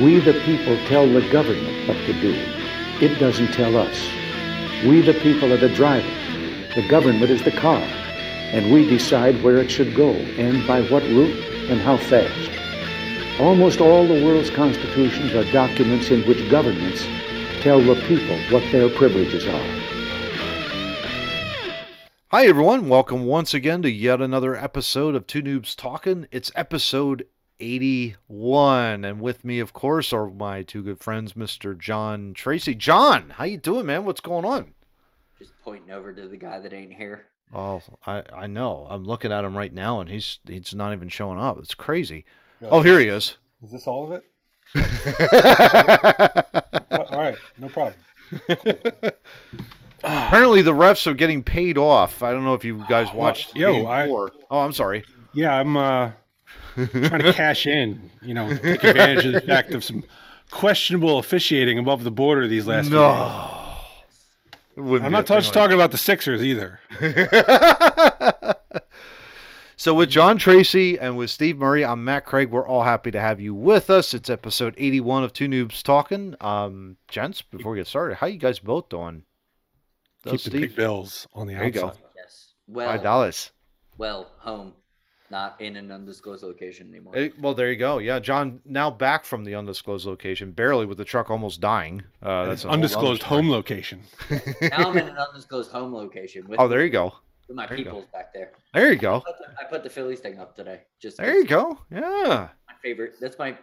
We, the people, tell the government what to do. It doesn't tell us. We, the people, are the driver. The government is the car. And we decide where it should go and by what route and how fast. Almost all the world's constitutions are documents in which governments tell the people what their privileges are. Hi, everyone. Welcome once again to yet another episode of Two Noobs Talking. It's episode 81. And with me, of course, are my two good friends, Mr. John Tracy. John, how you doing, man? What's going on? Just pointing over to the guy that ain't here. Oh, I, I know. I'm looking at him right now, and he's he's not even showing up. It's crazy. Oh, here he is. Is this all of it? Apparently, Well, all right, no problem. the refs are getting paid off. I don't know if you guys watched. the yo, game I- before. oh, I'm sorry. Yeah, I'm uh, trying to cash in. You know, take advantage of the fact of some questionable officiating above the border these last. few days. No. It wouldn't I'm be a not thing just like talking about the Sixers either. so with John Tracy and with Steve Murray, I'm Matt Craig. We're all happy to have you with us. It's episode 81 of Two Noobs Talking. Um, gents, before we get started, how you guys both doing? Though, Keep the big bills on the There you go. outside. Yes. Well, five dollars. well, home, not in an undisclosed location anymore. Eh, Well, there you go. Yeah, John now back from the undisclosed location, barely with the truck almost dying. Uh, that's a whole Undisclosed other story. home location. now I'm in an undisclosed home location with, Oh, there you go. with my there you go. peoples back there. There you go. But the- I put the Phillies thing up today. Just There you go. Yeah, My favorite. That's my.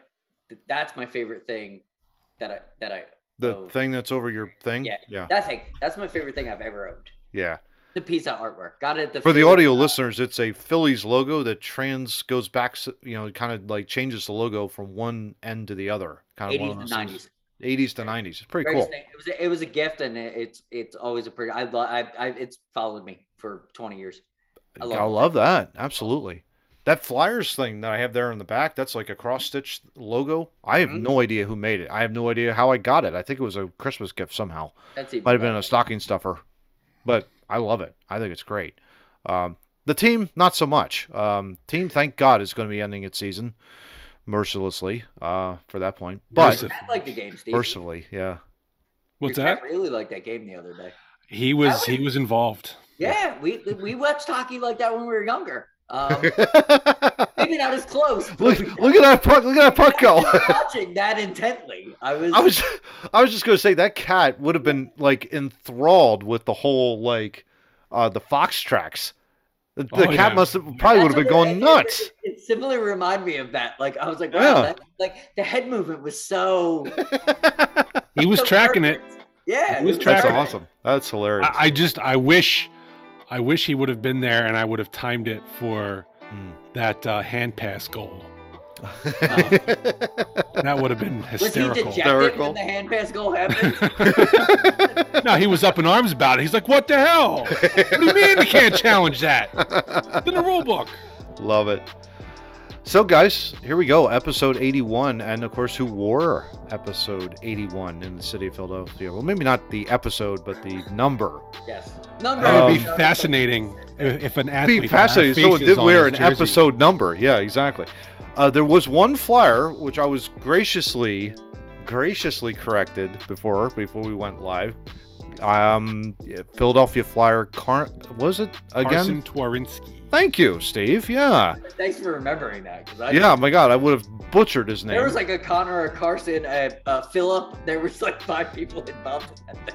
That's my favorite thing. That I. That I. the Oh. thing that's over your thing. Yeah. yeah, That thing. That's my favorite thing I've ever owned. yeah. The piece of artwork. Got it. At the For the Phillies audio shop. listeners, it's a Phillies logo that trans goes back, s- you know, kind of like changes the logo from one end to the other. Kind of one 80s of and 90s. those 80s to 90s. It's pretty Greatest cool. thing. It was. A, it was a gift, and it, it's. It's always a pretty. I, lo- I. I. It's followed me for 20 years. I I love, love that. Absolutely. That Flyers thing that I have there in the back, that's like a cross stitch logo. I have Mhm. no idea who made it. I have no idea how I got it. I think it was a Christmas gift somehow. That's even Might have been better. a stocking stuffer, but I love it. I think it's great. Um, the team, not so much. Um, team, thank God, is going to be ending its season mercilessly uh, for that point. But Merciful. I like the game, Steve. mercifully, yeah. What's I that? really liked that game the other day. He was he was involved. Yeah, we we watched hockey like that when we were younger. Um, maybe not as close. but look, we- look at that puck! Look at that puck I go! was watching that intently. I was. I was, I was just going to say that cat would have been like enthralled with the whole like, uh, the fox tracks. The, the Oh, cat yeah. must have probably would That's have been what going it- nuts. It, it similarly reminded me of that. Like I was like, wow, Yeah. that, like the head movement was so. He was so tracking it. perfect. Yeah, He was That's tracking it. awesome. That's hilarious. I, I just I wish I wish he would have been there and I would have timed it for Hmm. that uh, hand pass goal. Wow. That would have been Was he hysterical. dejected Hysterical. when the hand pass goal happened? No, he was up in arms about it. He's like, "What the hell? What do you mean we can't challenge that? It's in the rule book." Love it. So, guys, here we go. Episode 81. And of course, who wore episode 81 in the city of Philadelphia? Well, maybe not the episode, but the number. yes. Number. That would be Um, fascinating if, if an athlete. Be had our fascinating. Someone faces did on wear his an jersey. episode number. Yeah, exactly. Uh, there was one flyer which I was graciously, graciously corrected before before we went live. Um, yeah, Philadelphia Flyer. Car- was it again? Carson Twerinski. Thank you, Steve. Yeah, Thanks for remembering that. 'cause I yeah. My God, I would have butchered his name. There was like a Connor, a Carson, a, a Philip. There was like five people involved in that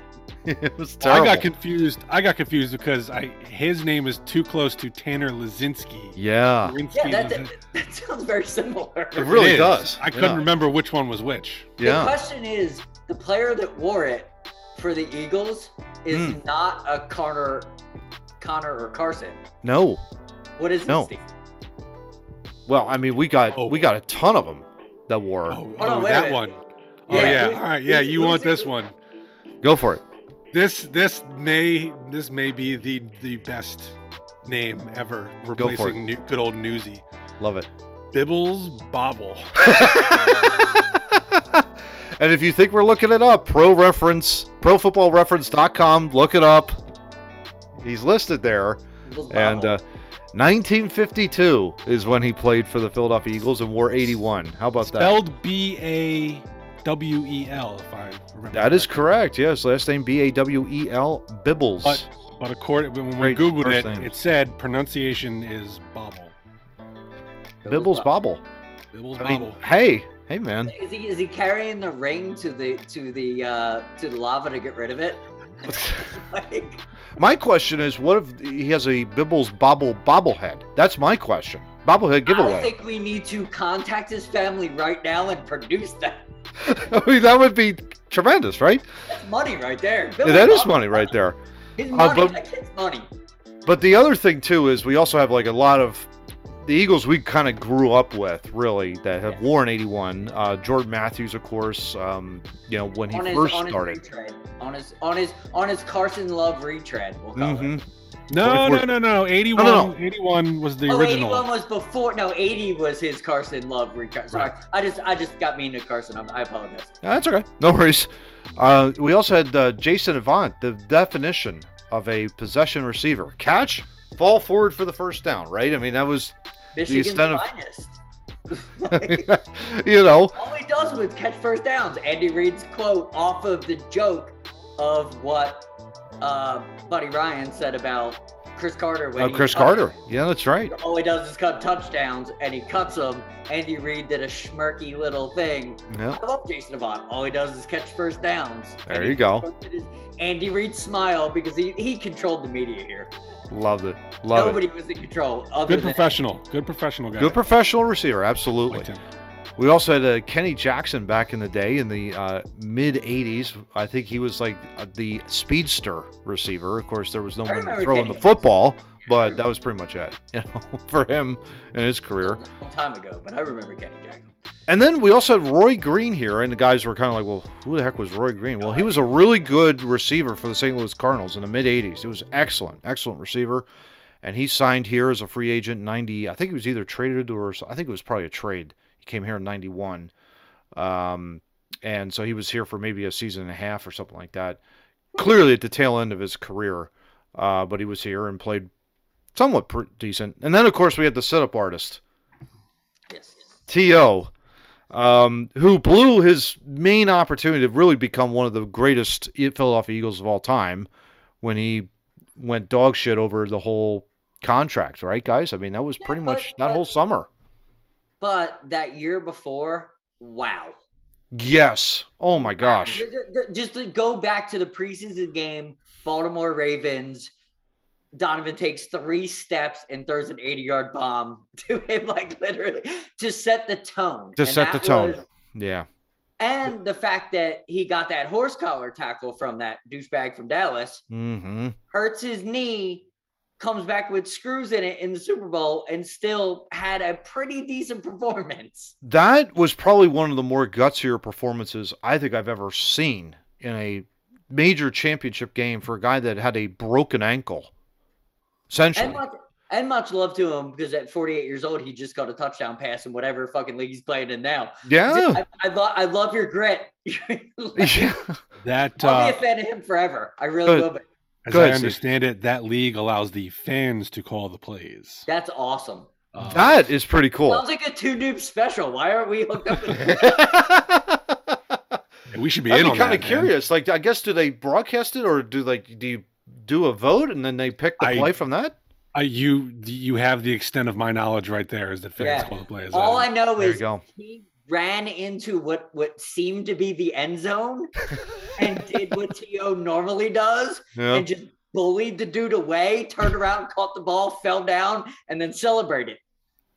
thing. it was I terrible. got confused. I got confused because I his name is too close to Tanner Lazinski. yeah, Twerinski Yeah, that, Lazin- that, that sounds very similar. it really is. does. I couldn't Yeah. remember which one was which. The Yeah, question is the player that wore it for the Eagles is Hmm. not a Connor, Connor or Carson. no. What is it, No. Steve? Well, I mean, we got Oh. we got a ton of them that wore. Oh, on, oh, wait a that minute. one. Oh Yeah, yeah. who's- All right. Yeah, who's- you who's want it? this one. Go for it. This this may this may be the the best name ever Go for it. replacing new, good old Newsy. Love it. Bibbles Bobble. and if you think we're looking it up, pro reference, profootballreference.com, look it up. He's listed there. Eagles And bottle. uh, 1952 is when he played for the Philadelphia Eagles and wore 81. How about that? Spelled B A W E L, if I remember. That is correct. Yes, last name B A W E L Bibbles. But- But according when we Great Googled first it, name. it said pronunciation is bobble. Bibbles Bobble. Bibbles I mean, bobble. hey, hey, man. Is he is he carrying the ring to the to the uh to the lava to get rid of it? Like, My question is, what if he has a Bibbles Bobble bobblehead? That's my question. Bobblehead I giveaway. think we need to contact his family right now and produce that I mean, that would be tremendous, right? That's money right there. Yeah, that is money right there. His Uh, money, but- that kid's money. But the other thing too is we also have like a lot of the Eagles we kind of grew up with, really, that have worn 81. Uh, Jordan Matthews, of course, um, you know when he on his, first on his started. retread. On his on his on his Carson Love retread. We'll call it. hmm No, 24 no, no, no. 81, No, no, 81 was the Oh, original. 81 was before. No, 80 was his Carson Love retread. Sorry, I just I just got me into Carson. I'm, I apologize. that's okay. No worries. Uh, we also had uh, Jason Avant, the definition of a possession receiver: catch, fall forward for the first down. Right? I mean, that was, Michigan's extent of- finest. Like, you know, uh, all he does was catch first downs. Andy Reid's quote off of the joke of what uh, Buddy Ryan said about Chris Carter when uh, he Chris cut- Carter. Yeah, that's right. All he does is cut touchdowns, and he cuts them. Andy Reid did a schmirky little thing. Yeah, I love Jason Avant. All he does is catch first downs. There And you he go. posted his Andy Reid smile because he, he controlled the media here. loved it. Love Nobody was in control. Other Good than professional. Good professional it. guy. Good professional receiver, absolutely. Liked him. We also had uh, Kenny Jackson back in the day in the uh, mid 80s. I think he was like uh, the speedster receiver. Of course, there was no I one remember throwing Kenny. the football, but that was pretty much it you know, for him in his career. a long time ago, but I remember Kenny Jackson. And then we also had Roy Green here, and the guys were kind of like, well, who the heck was Roy Green? Well, he was a really good receiver for the St. Louis Cardinals in the mid 80s. He was excellent, excellent receiver. And he signed here as a free agent in 90. I think he was either traded or I think it was probably a trade. He came here in 91. Um, and so he was here for maybe a season and a half or something like that. Clearly at the tail end of his career, uh, but he was here and played somewhat pr decent. And then, of course, we had the setup artist. Yes. T.O., um, who blew his main opportunity to really become one of the greatest E- Philadelphia Eagles of all time when he went dog shit over the whole contract, right, guys? I mean, that was pretty Yeah, much but- that whole summer. But that year before, wow. Yes. Oh Ah, my gosh. Th- th- th- Just to go back to the preseason game, Baltimore Ravens. Donovan takes three steps and throws an 80 yard bomb to him, like literally to set the tone. To And set the that tone. was- Yeah. and the fact that he got that horse collar tackle from that douchebag from Dallas Mm-hmm. hurts his knee, comes back with screws in it in the Super Bowl, and still had a pretty decent performance. That was probably one of the more gutsier performances I think I've ever seen in a major championship game for a guy that had a broken ankle. Essentially. And much, and much love to him because at 48 years old, he just got a touchdown pass in whatever fucking league he's playing in now. yeah. I, I, lo- I love your grit. yeah. That I'll uh, be a fan of him forever. I really Good. will. Be. as Go I ahead, Steve. understand it, that league allows the fans to call the plays. That's awesome. Uh, That is pretty cool. Sounds like a two noob special. Why aren't we hooked up? With that? I'd and we should be in be on kind that, of man. curious. Like, I guess do they broadcast it or do like do you do a vote and then they pick the I- play from that? Uh, you you have the extent of my knowledge right there is that fans Yeah. call the plays. All I know There you is go. he ran into what what seemed to be the end zone and did what T.O. normally does Yeah. and just bullied the dude away, turned around, caught the ball, fell down, and then celebrated.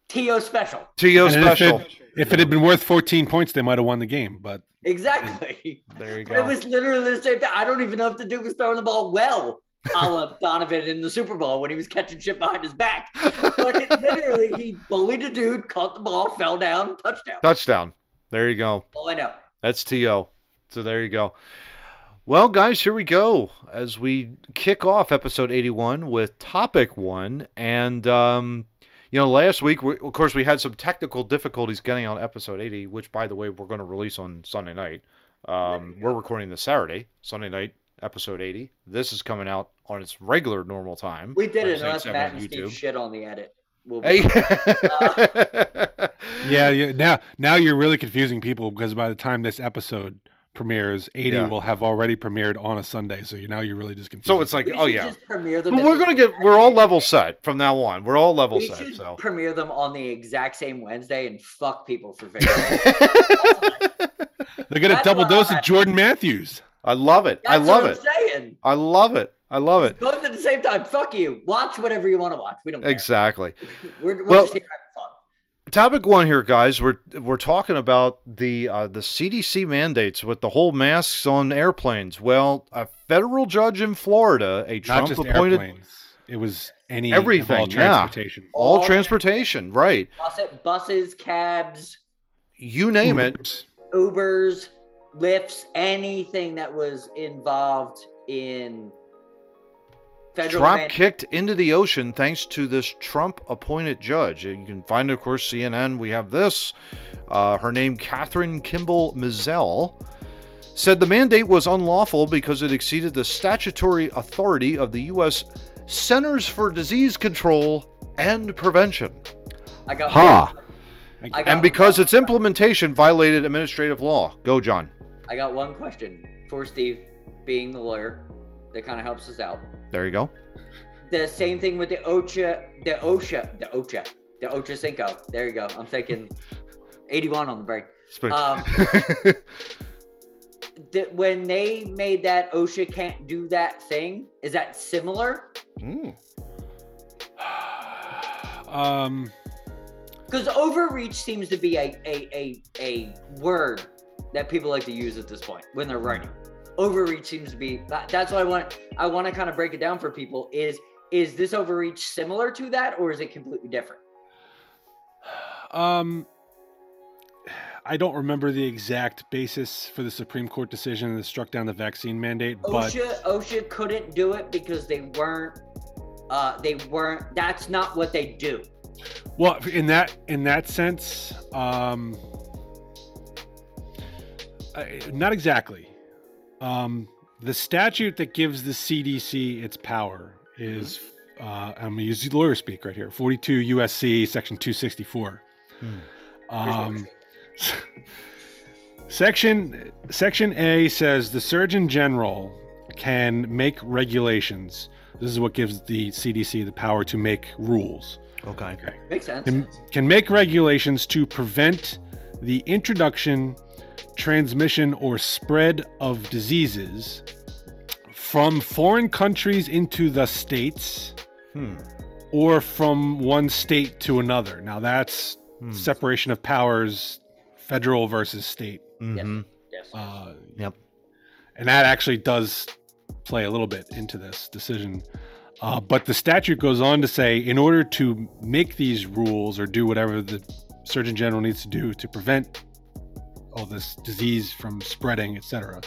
T.O. special. To And if special. If it had been worth 14 points, they might have won the game. But Exactly. There you But it was literally the same thing. I don't even know if the dude was throwing the ball well. A la Donovan in the Super Bowl when he was catching shit behind his back. But it literally, he bullied a dude, caught the ball, fell down, touchdown. Touchdown. There you go. All I know. That's TO. So there you go. Well, guys, here we go as we kick off episode 81 with topic one. And, um, you know, last week, we, of course, we had some technical difficulties getting on episode 80, which, by the way, we're going to release on Sunday night. Um, we're recording this Saturday, Sunday night, episode 80. This is coming out on its regular normal time. We did like it Saint unless Seven Matt on and Steve YouTube. shit on the edit. will be. Hey. Yeah, yeah. Now, now you're really confusing people because by the time this episode premieres, 80 Yeah. will have already premiered on a Sunday. So you now you're really just confusing. So it's like, We oh should yeah. just premiere them. But at we're the gonna get we're all level set from now on. We're all level we set. should So premiere them on the exact same Wednesday and fuck people for figuring it out. they're gonna That's double what I dose of like. Jordan Matthews. I love it. I That's love what it. I'm saying. I love it. I love it. Both at the same time. Fuck you. Watch whatever you want to watch. We don't care. Exactly. We're, we're Well- just here having fun. Topic one here, guys. We're we're talking about the uh, the CDC mandates with the whole masks on airplanes. Well, a federal judge in Florida, a Not Trump just appointed airplanes. It was any and Everything, all yeah. transportation. all All- transportation, right? Bus- buses, cabs, You Hmm. name it. Ubers, lifts, anything that was involved in federal Trump mandate. kicked into the ocean thanks to this Trump appointed judge. And You can find, of course, CNN. We have this. Uh, her name, Catherine Kimball Mizell, said the mandate was unlawful because it exceeded the statutory authority of the U.S. Centers for Disease Control and Prevention. I got Ha. I got And because its implementation violated administrative law. Go, John. I got one question for Steve, being the lawyer, that kind of helps us out. There you go. The same thing with the OCHA, the OSHA, the OCHA, the OCHA Cinco. There you go. I'm thinking 81 on the break. Spoon. Um, That when they made that OSHA can't do that thing, is that similar? Mm. Um, Because overreach seems to be a, a a a word that people like to use at this point when they're writing. Overreach seems to be that, that's what I want. I want to kind of break it down for people. Is is this overreach similar to that, or is it completely different? um, I don't remember the exact basis for the Supreme Court decision that struck down the vaccine mandate, Oh, but OSHA OSHA couldn't do it because they weren't. Uh, they weren't. That's not what they do. Well, in that in that sense, um, I, not exactly. Um, the statute that gives the CDC its power is uh, I'm gonna use lawyer speak right here. 42 USC section 264. Hmm. Um, section section A says the Surgeon General can make regulations. This is what gives the CDC the power to make rules Okay. Makes sense. can, can make regulations to prevent the introduction, transmission, or spread of diseases from foreign countries into the states Hmm. or from one state to another. Now, that's Hmm. separation of powers, federal versus state. Mhm. Yes. Uh, Yep. And that actually does play a little bit into this decision. Uh, but the statute goes on to say in order to make these rules or do whatever the Surgeon General needs to do to prevent all this disease from spreading, etc.,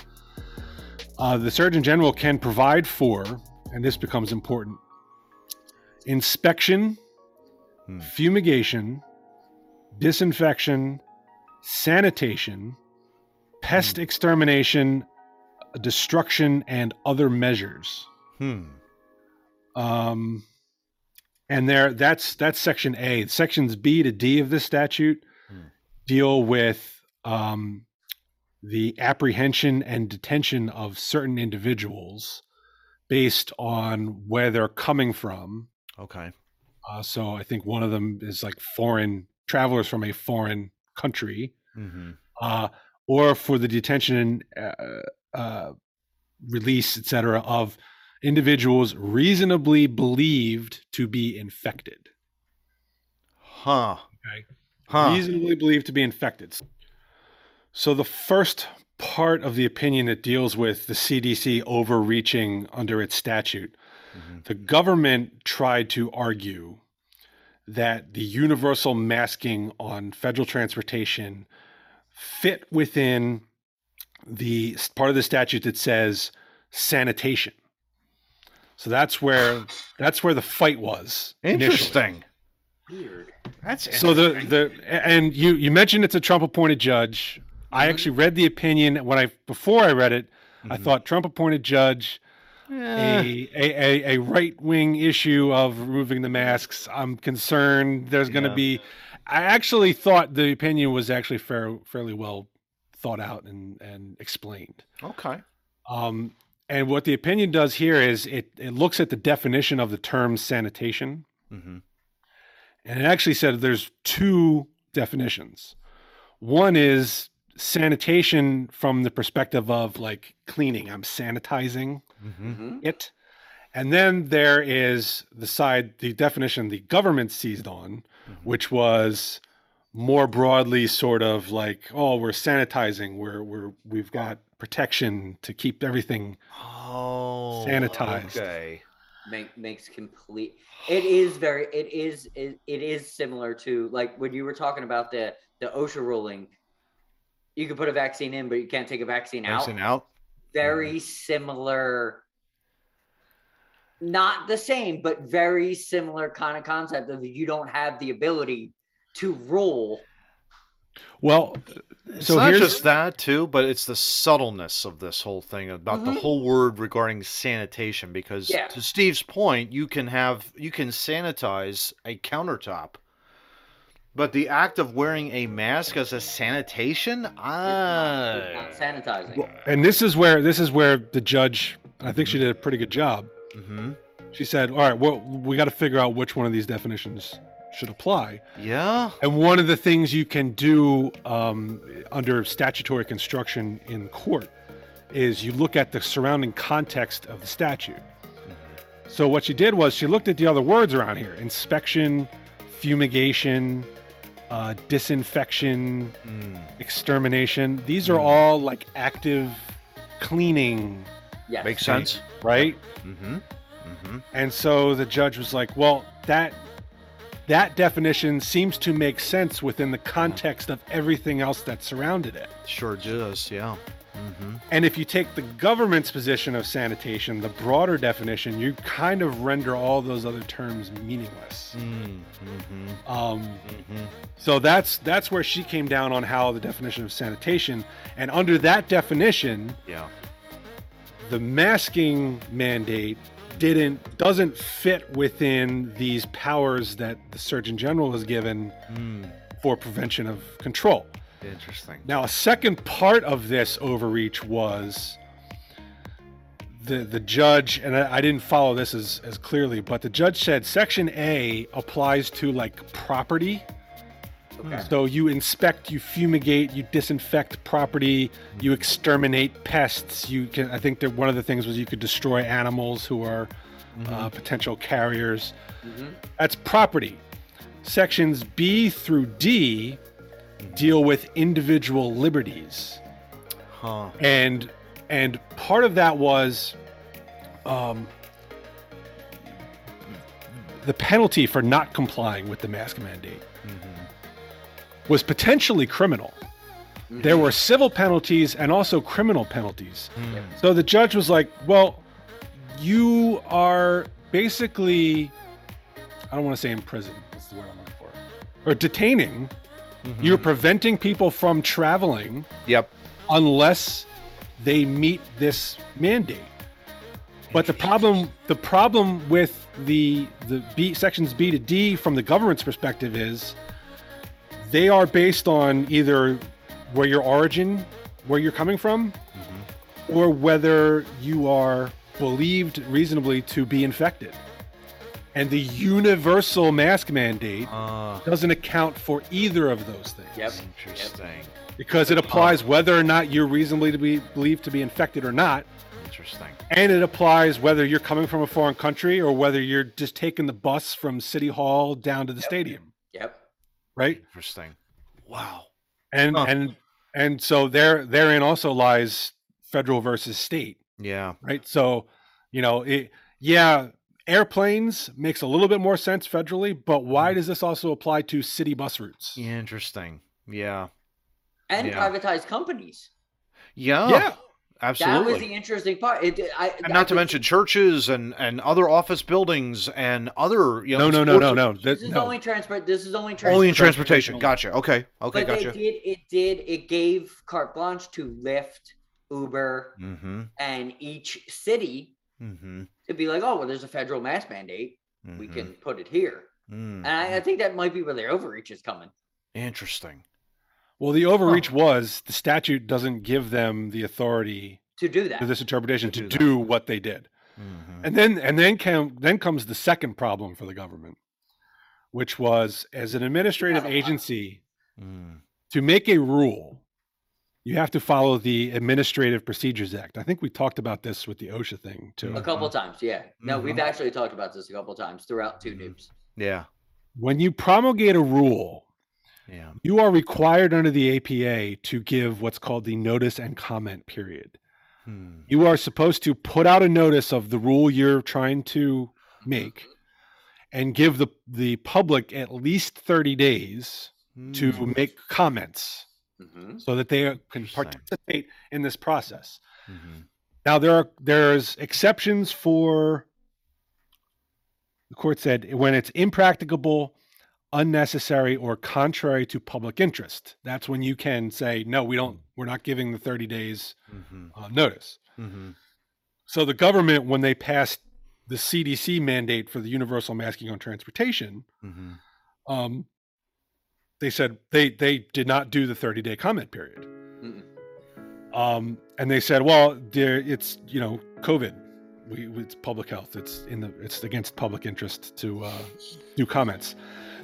uh, the Surgeon General can provide for, and this becomes important, inspection, Hmm. fumigation, disinfection, sanitation, pest extermination, destruction, and other measures. Hmm. Um, and there, that's that's section A. Sections B to D of this statute Hmm. deal with um, the apprehension and detention of certain individuals based on where they're coming from. Okay. Uh, so I think one of them is like foreign travelers from a foreign country hmm uh, or for the detention and uh, uh, release, etc., of individuals reasonably believed to be infected. Huh. Okay. Huh. Reasonably believed to be infected. So the first part of the opinion that deals with the CDC overreaching under its statute Mhm. the government tried to argue that the universal masking on federal transportation fit within the s- part of the statute that says sanitation. So that's where that's where the fight was. initially. Interesting. Weird. That's So the the a- and you you mentioned it's a Trump appointed judge. I actually read the opinion when I before I read it. I Mhm. thought Trump appointed judge. Uh. eh, a, a, a, a right wing issue of removing the masks. I'm concerned there's going to Yeah. be. I actually thought the opinion was actually fair, fairly well thought out and, and explained. Okay. Um, and what the opinion does here is it, it looks at the definition of the term sanitation, Mm-hmm. and it actually said there's two definitions. One is sanitation from the perspective of like cleaning, I'm sanitizing Mm-hmm. it. And then there is the side, the definition the government seized on, Mhm. which was more broadly sort of like, oh, we're sanitizing, we're we're we've got protection to keep everything. Oh. Sanitized. Okay. Make, makes complete. It is very. It is. It, it is similar to like when you were talking about the the OSHA ruling. You can put a vaccine in, but you can't take a vaccine, Vaccine out. out. Very similar. Not the same, but very similar kind of concept of you don't have the ability to rule. Well, It's so not here's just that too, but it's the subtleness of this whole thing about the Mhm. whole word regarding sanitation. Because Yeah. to Steve's point, you can have you can sanitize a countertop, but the act of wearing a mask as a sanitation, It's ah, not sanitizing. and this is where this is where the judge, I think she did a pretty good job. hmm She said, all right, well, we got to figure out which one of these definitions should apply. yeah, And one of the things you can do um, under statutory construction in court is you look at the surrounding context of the statute. So what she did was she looked at the other words around here: inspection, fumigation, uh, disinfection, Mm. extermination. These are all like active cleaning, Yes. makes sense. right? Mm-hmm. Mm-hmm. And so the judge was like, "Well, that that definition seems to make sense within the context of everything else that surrounded it. Sure does. Yeah. Mm-hmm. And if you take the government's position of sanitation, the broader definition, you kind of render all those other terms meaningless." Mm-hmm. Um, Mm-hmm. so that's that's where she came down on how the definition of sanitation, and under that definition, Yeah. the masking mandate didn't doesn't fit within these powers that the surgeon general is given Mm. for prevention of control Interesting. now a second part of this overreach was the the judge and i, I didn't follow this as, as clearly but the judge said section a applies to like property Okay. so you inspect, you fumigate, you disinfect property, you exterminate pests. You can. I think that one of the things was you could destroy animals who are uh, potential carriers. Mhm. That's property. Sections B through D deal with individual liberties, Huh. and and part of that was. Um, the penalty for not complying with the mask mandate Mm-hmm. was potentially criminal. Mhm. There were civil penalties and also criminal penalties. So the judge was like, well, you are basically, I don't want to say in prison, that's the word I'm looking for, or detaining. You're preventing people from traveling Yep. unless they meet this mandate. But the problem, the problem with the the B, sections B to D from the government's perspective is they are based on either where your origin, where you're coming from, or whether you are believed reasonably to be infected. And the universal mask mandate Uh, doesn't account for either of those things Yep. interesting. because it applies whether or not you're reasonably to be believed to be infected or not Interesting. and it applies whether you're coming from a foreign country or whether you're just taking the bus from city hall down to the stadium Yep. right Interesting. Wow. and Huh. and and so there therein also lies federal versus state Yeah. right so you know it yeah airplanes makes a little bit more sense federally but Mm. why does this also apply to city bus routes Interesting. Yeah. And Yeah. privatized companies. Yeah. yeah Absolutely. That was the interesting part. It, I, and not to I- mention churches and, and other office buildings and other you no know no no no sports- no, that- This is no. only transport. This is only transport. only in transportation gotcha okay okay but gotcha they did. It did. It gave carte blanche to Lyft, Uber, mm-hmm and each city Mm-hmm. It'd be like, oh, well, there's a federal mask mandate. Mm-hmm. We can put it here. Mhm. And I, I think that might be where the overreach is coming. Interesting. Well, the overreach was the statute doesn't give them the authority To do that. to this interpretation To to do that. do what they did. Mhm. And then and then came, then comes the second problem for the government, which was as an administrative Yeah. agency Mm. to make a rule, you have to follow the Administrative Procedures Act. I think we talked about this with the OSHA thing too. a couple times, yeah. No, we've Mm-hmm. Mhm. actually talked about this a couple times throughout two Mhm. noobs. Yeah. When you promulgate a rule, Yeah. you are required under the APA to give what's called the notice and comment period. Hmm. You are supposed to put out a notice of the rule you're trying to make and give the the public at least 30 days to Mm. make comments Mhm. so that they can Interesting. participate in this process. Mhm. Now there are there's exceptions for the court said when it's impracticable, unnecessary, or contrary to public interest. That's when you can say, no, we don't, we're not giving the 30 days Mhm. uh, notice. Mhm. So the government, when they passed the CDC mandate for the universal masking on transportation, Mhm. um, they said they they did not do the 30 day comment period. Mm-mm. Um, and they said, well, there it's you know COVID, we it's public health. It's in the it's against public interest to uh, do comments.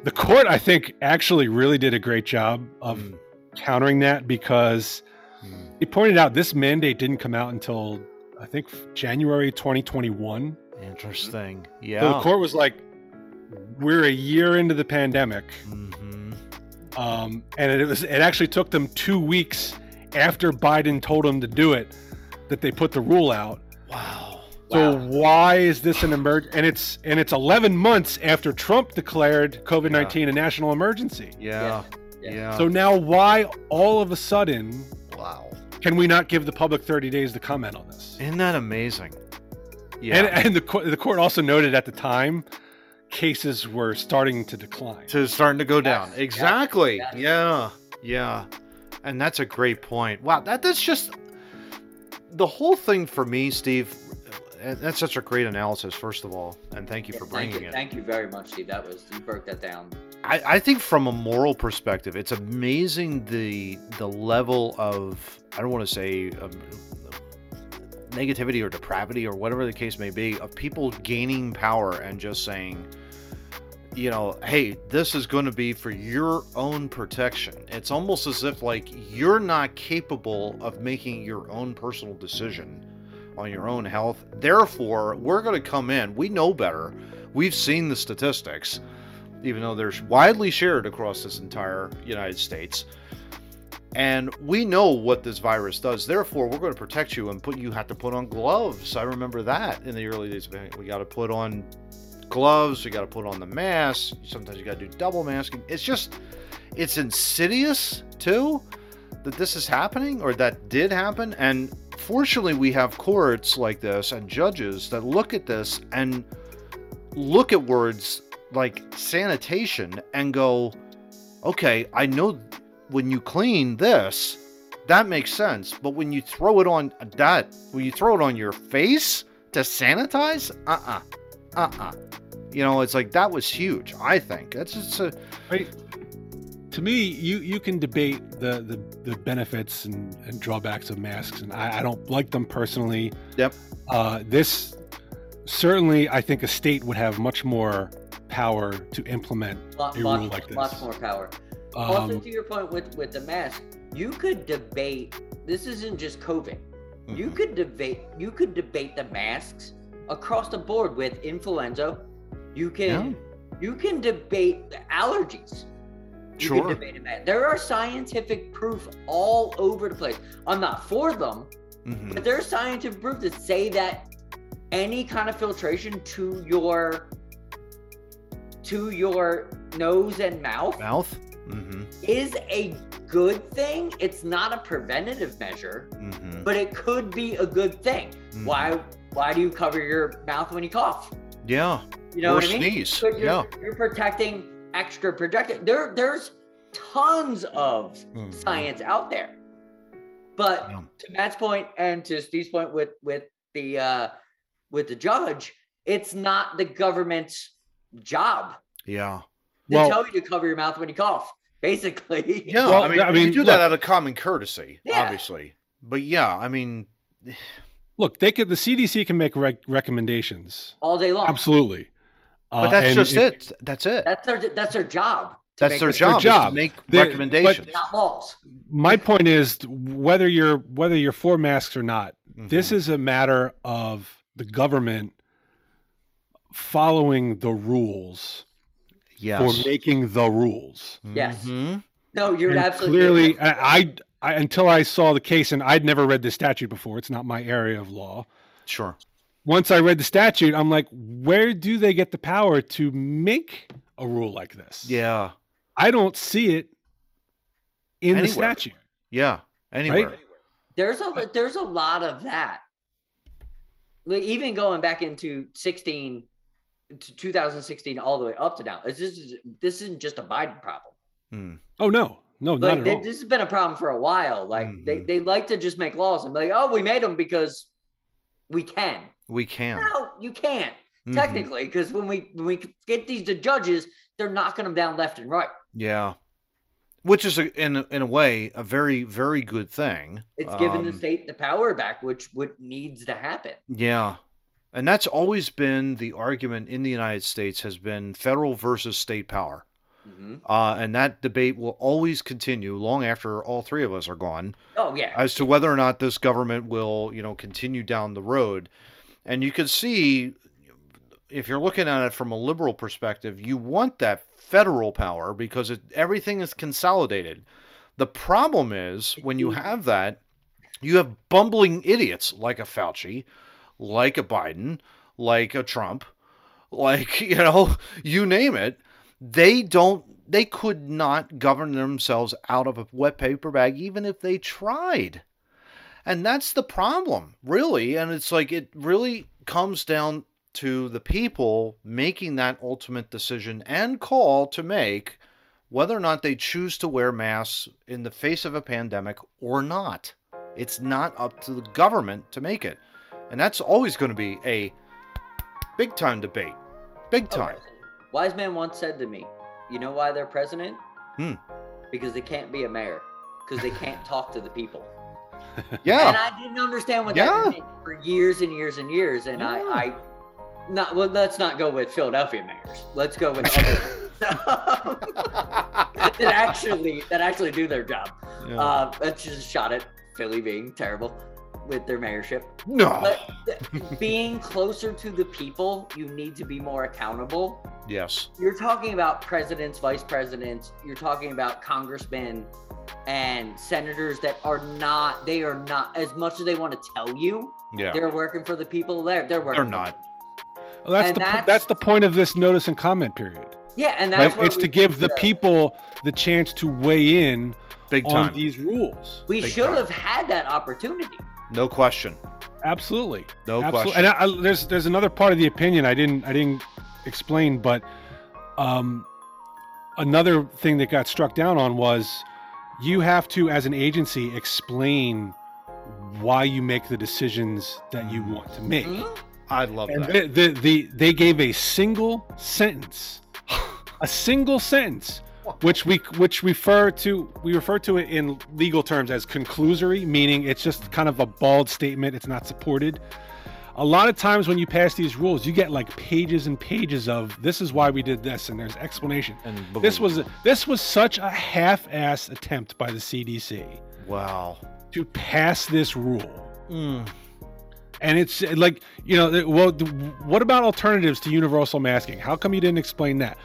The court, I think, actually really did a great job of Mm. countering that because Mm. he pointed out this mandate didn't come out until I think January 2021. Interesting. So the Yeah. court was like, we're a year into the pandemic. Mhm. um, and it was it actually took them two weeks after Biden told them to do it that they put the rule out. Wow. So Wow. why is this an emerg? And it's and it's 11 months after Trump declared COVID 19 a national emergency. Yeah. Yeah. Yeah. So now why all of a sudden wow. can we not give the public 30 days to comment on this? Isn't that amazing? Yeah. And, and the court the court also noted at the time cases were starting to decline. to starting to go down. Yes, yes, Exactly. yes. Yeah. Yeah. And that's a great point. Wow, that that's just the whole thing for me, Steve. and That's such a great analysis, first of all, and thank you for Thank bringing you, it. thank you very much, Steve. That was you broke that down. I, I think from a moral perspective, it's amazing the the level of I don't want to say um, negativity or depravity or whatever the case may be of people gaining power and just saying, you know, hey, this is going to be for your own protection. It's almost as if like you're not capable of making your own personal decision on your own health. Therefore, we're going to come in. We know better. We've seen the statistics even though they're widely shared across this entire United States. And we know what this virus does. Therefore, we're going to protect you and put you have to put on gloves. I remember that in the early days. of it. We got to put on gloves. We got to put on the mask. Sometimes you got to do double masking. It's just, it's insidious too that this is happening or that did happen. And fortunately, we have courts like this and judges that look at this and look at words like sanitation and go, okay, I know when you clean this, that makes sense. But when you throw it on that, when you throw it on your face to sanitize, uh uh-uh, uh, You know, it's like that was huge. I think that's just a to me you you can debate the the, the benefits and, and drawbacks of masks and I, I don't like them personally Yep. uh, this certainly i think a state would have much more power to implement Lot, A rule lot, like lots this. more power. also, um, to your point with with the mask, you could debate. This isn't just COVID. You Mm-hmm. could debate. You could debate the masks across the board with influenza. You can you can debate the allergies. You Sure. can debate a ma- There are scientific proof all over the place. I'm not for them, Mhm. but there's scientific proof that say that any kind of filtration to your to your nose and mouth mouth. Mm-hmm. is a good thing. It's not a preventative measure, Mm-hmm. but it could be a good thing. Mhm. Why why do you cover your mouth when you cough? Yeah. You know or what I mean? sneeze. So you're, yeah. you're protecting extra projected. There there's tons of science out there. But Yeah. Mm. Mm-hmm. to Matt's point and to Steve's point with with the uh with the judge, it's not the government's job Yeah. to Well- tell you to cover your mouth when you cough, basically. Yeah, Well, I mean, I you mean, do that look- out of common courtesy, Yeah. obviously. But yeah, I mean, Look, they could. The CDC can make rec- recommendations. All day long. Absolutely. Uh, but that's and just if- it. That's it. That's their that's their job. to That's make their mistakes, job. is job. to make They- but- recommendations. Not laws. My point is whether you're whether you're for masks or not. This Mhm. is a matter of the government following the rules Mm-hmm. yes. for making the rules. Yes. Mhm. No, you're And absolutely clearly, I, I, I until I saw the case, and I'd never read the statute before. It's not my area of law. Sure. Once I read the statute, I'm like, where do they get the power to make a rule like this? Yeah. I don't see it in Anywhere. the statute. Yeah. Anywhere. there's a there's a lot of that. Like even going back into 16 to 2016 all the way up to now, this is this isn't just a Biden problem. Mm. Oh no, no, not Like at th- all. Mm-hmm. this has been a problem for a while. Like they, they like to just make laws and be like, oh, we made them because we can. We can. No, you can't Mm-hmm. Mhm. technically because when we when we get these to judges, they're knocking them down left and right. Yeah. Which is, a, in, a- in a way, a very, very good thing. It's giving the Um, state the power back, which what needs to happen. Yeah. And that's always been the argument in the United States has been federal versus state power. Mhm. Uh, and that debate will always continue long after all three of us are gone Oh yeah, as to whether or not this government will, you know, continue down the road. And you can see if you're looking at it from a liberal perspective, you want that federal power because it, everything is consolidated. The problem is when you have that, you have bumbling idiots like a Fauci, like a Biden, like a Trump, like, you know, you name it. They don't, they could not govern themselves out of a wet paper bag, even if they tried. And that's the problem, really. And it's like, it really comes down to the people making that ultimate decision and call to make whether or not they choose to wear masks in the face of a pandemic or not. It's not up to the government to make it. And that's always going to be a big time debate. Big Oh, time. president. Wise man once said to me, "You know why they're president? Hmm. Because they can't be a mayor, because they can't talk to the people." And Yeah. I didn't understand what Yeah. that meant for years and years and years, and I, I, not well. Let's not go with Philadelphia mayors. Let's go with other that actually that actually do their job. Yeah. Uh, that's just a shot at Philly being terrible with their mayorship. no. But Oh. th- being closer to the people, you need to be more accountable. Yes. You're talking about presidents, vice presidents, you're talking about congressmen and senators that are not, they are not, as much as they want to tell you, Yeah. they're working for the people there. They're working. for- They're not. Well, that's and the po- that's- that's, the point of this notice and comment period. Yeah. And that's right? where It's we- to give the people the chance to weigh in Big on time. these rules. We big should time. have had that opportunity. No question. Absolutely. No Absolutely. And question. I, I, there's there's another part of the opinion I didn't I didn't explain, but um, another thing that got struck down on was you have to, as an agency, explain why you make the decisions that you want to make. Mhm. I love And that. the, the, the, they gave a single sentence, a single sentence, which we which refer to we refer to it in legal terms as conclusory, meaning it's just kind of a bald statement. It's not supported. A lot of times when you pass these rules, you get like pages and pages of this is why we did this, and there's explanation. And This was this was such a half-ass attempt by the CDC wow. to pass this rule. Mm. And it's uh, like, you know, th- well, th- what about alternatives to universal masking? How come you didn't explain that?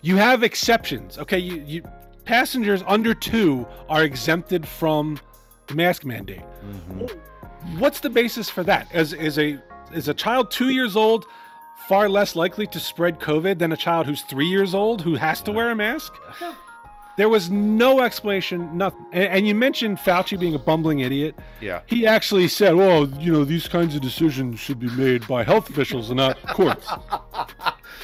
You have exceptions. Okay, you, you passengers under two are exempted from the mask mandate. Mhm. What's the basis for that? As is a is a child two years old far less likely to spread COVID than a child who's three years old who has to wear a mask? There was no explanation, nothing. And, and you mentioned Fauci being a bumbling idiot Yeah. he actually said, "Well, you know, these kinds of decisions should be made by health officials and not courts."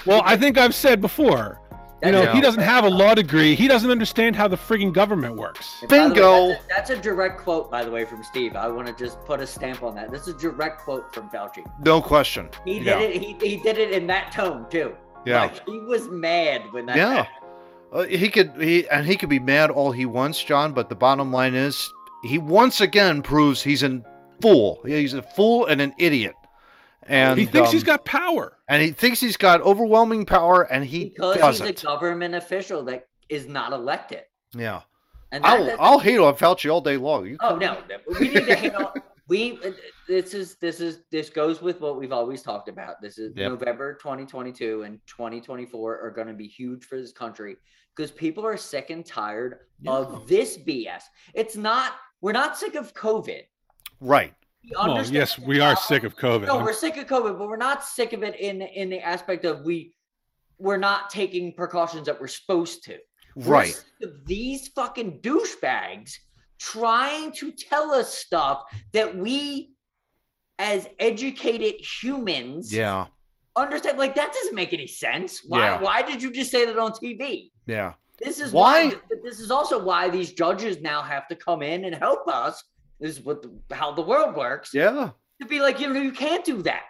well, I think I've said before, You know, That's- Yeah. he doesn't have a law degree. He doesn't understand how the frigging government works. And by the way, Bingo. that's, a, that's a direct quote, by the way, from Steve. I want to just put a stamp on that. This is a direct quote from Fauci. No question. He did Yeah. it. He, he did it in that tone too. Yeah. Like, he was mad when that. Yeah. happened. Uh, he could he and he could be mad all he wants, John, but the bottom line is he once again proves he's a fool. He's a fool and an idiot. And he thinks um, he's got power. and he thinks he's got overwhelming power and he Because doesn't. he's a government official that is not elected. yeah. And Oh, that, I'll, I'll hate on Fauci all day long. You Oh no, no, we need to hang on. We this is this is this goes with what we've always talked about. This is Yep. November 2022 and 2024 are going to be huge for this country because people are sick and tired of this BS. It's not we're not sick of COVID. right. We Well, understand yes, it's we are not- sick of COVID. No, I'm- we're sick of COVID, but we're not sick of it in in the aspect of we we're not taking precautions that we're supposed to. We're Right. sick of These fucking douchebags trying to tell us stuff that we as educated humans Yeah. understand. Like that doesn't make any sense. Why Yeah. why did you just say that on TV? Yeah. This is Why- why, but this is also why these judges now have to come in and help us. This is what the, how the world works Yeah. to be like, you know, you can't do that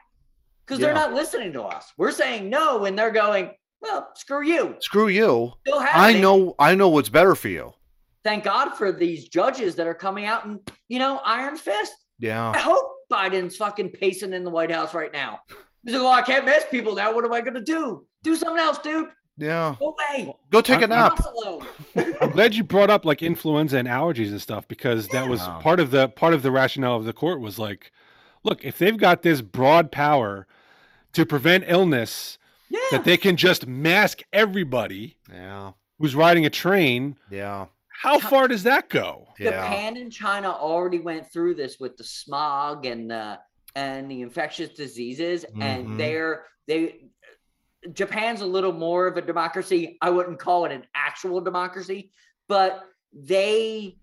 because they're Yeah. not listening to us. We're saying no, and they're going, well, screw you. Screw you. Still I happening. know I know what's better for you. Thank God for these judges that are coming out and, you know, iron fist. Yeah. I hope Biden's fucking pacing in the White House right now. He's like, well, I can't miss people now. What am I going to do? Do something else, dude. Yeah. Go away. Go take I'm- a nap. Leave us alone. I'm glad you brought up like influenza and allergies and stuff because that was Wow. part of the part of the rationale of the court was like, look, if they've got this broad power to prevent illness Yeah. that they can just mask everybody Yeah. who's riding a train, Yeah. how far does that go? Yeah. Japan and China already went through this with the smog and the and the infectious diseases, Mhm. and they're they Japan's a little more of a democracy. I wouldn't call it an actual democracy, but they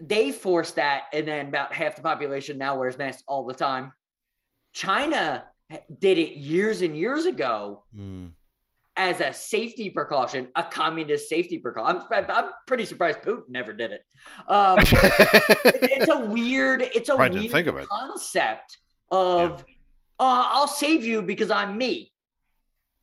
they forced that, and then about half the population now wears masks all the time. China did it years and years ago, Mm. as a safety precaution, a communist safety precaution. I'm, I'm pretty surprised Putin never did it. Um, Mm. it- it's a weird, it's a I weird didn't think of it. concept of, uh, I'll save you because I'm me.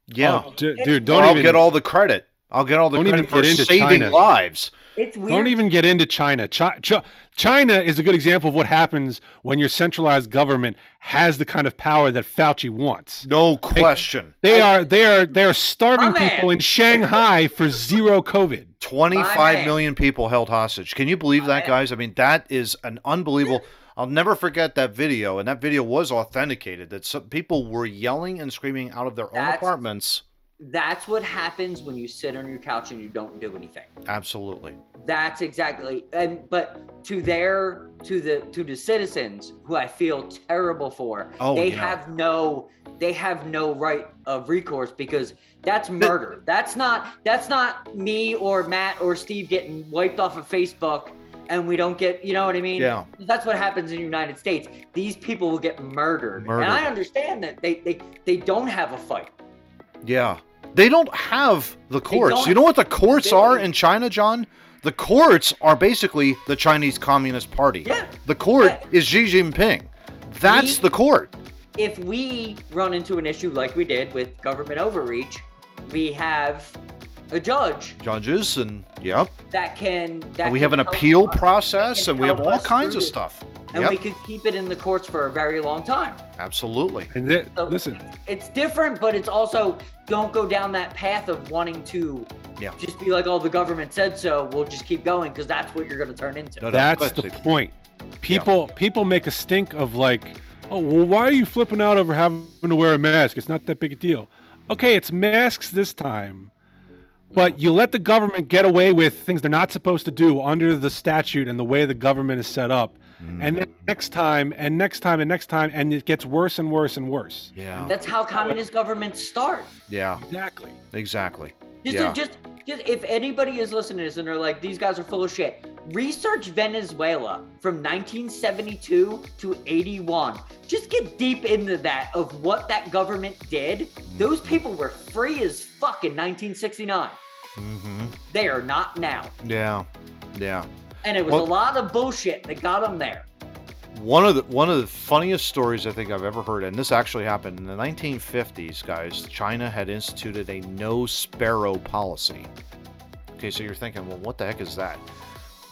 Yeah. Oh, du- dude, don't I'll even get all the credit. I'll get all the Don't credit even for get into saving China. lives. It's weird. don't even get into China. Chi- Chi- China is a good example of what happens when your centralized government has the kind of power that Fauci wants. No question. They are they are they are starving My man. people in Shanghai for zero COVID. My 25 man. million people held hostage. Can you believe that, man. guys? I mean, that is an unbelievable. I'll never forget that video, and that video was authenticated. That some people were yelling and screaming out of their own That's- apartments. That's what happens when you sit on your couch and you don't do anything. Absolutely. That's exactly and but to their to the to the citizens who I feel terrible for. Oh, they yeah. have no they have no right of recourse because that's murder. that's not that's not me or Matt or Steve getting wiped off of Facebook and we don't get you know what I mean? Yeah. That's what happens in the United States. These people will get murdered. Murdered. And I understand that they they they don't have a fight. Yeah. They don't have the courts. don't- You know what the courts they- are in China, John? The courts are basically the Chinese Communist Party. Yeah. The court Yeah. is Xi Jinping. That's We- the court. if we run into an issue like we did with government overreach, we have a judge Judges and yep. that can that And we can have an help appeal us, process can and we have help all us kinds of through it. stuff. and we Yep. could keep it in the courts for a very long time. Absolutely. And th- So listen, it's different, but it's also don't go down that path of wanting to Yeah. just be like, "Oh, the government said so. We'll just keep going," because that's what you're going to turn into. No, no, that's but the the- point. People people make a stink of like, oh well, why are you flipping out over having to wear a mask? It's not that big a deal. Okay, it's masks this time, but you let the government get away with things they're not supposed to do under the statute and the way the government is set up. Hmm. And then next time, and next time, and next time, and it gets worse and worse and worse. Mm, Yeah. That's how communist governments start. Yeah. Exactly. Exactly. Just, Yeah. just, just, if anybody is listening to this and they're like, these guys are full of shit, research Venezuela from 1972 to 81. Just get deep into that of what that government did. Mm. Those people were free as fuck in 1969. Mm-hmm. They are not now. Yeah. Yeah. And it was Well- a lot of bullshit that got them there. One of the one of the funniest stories I think I've ever heard, and this actually happened in the 1950s, guys. China had instituted a no sparrow policy. Okay, so you're thinking, well, what the heck is that?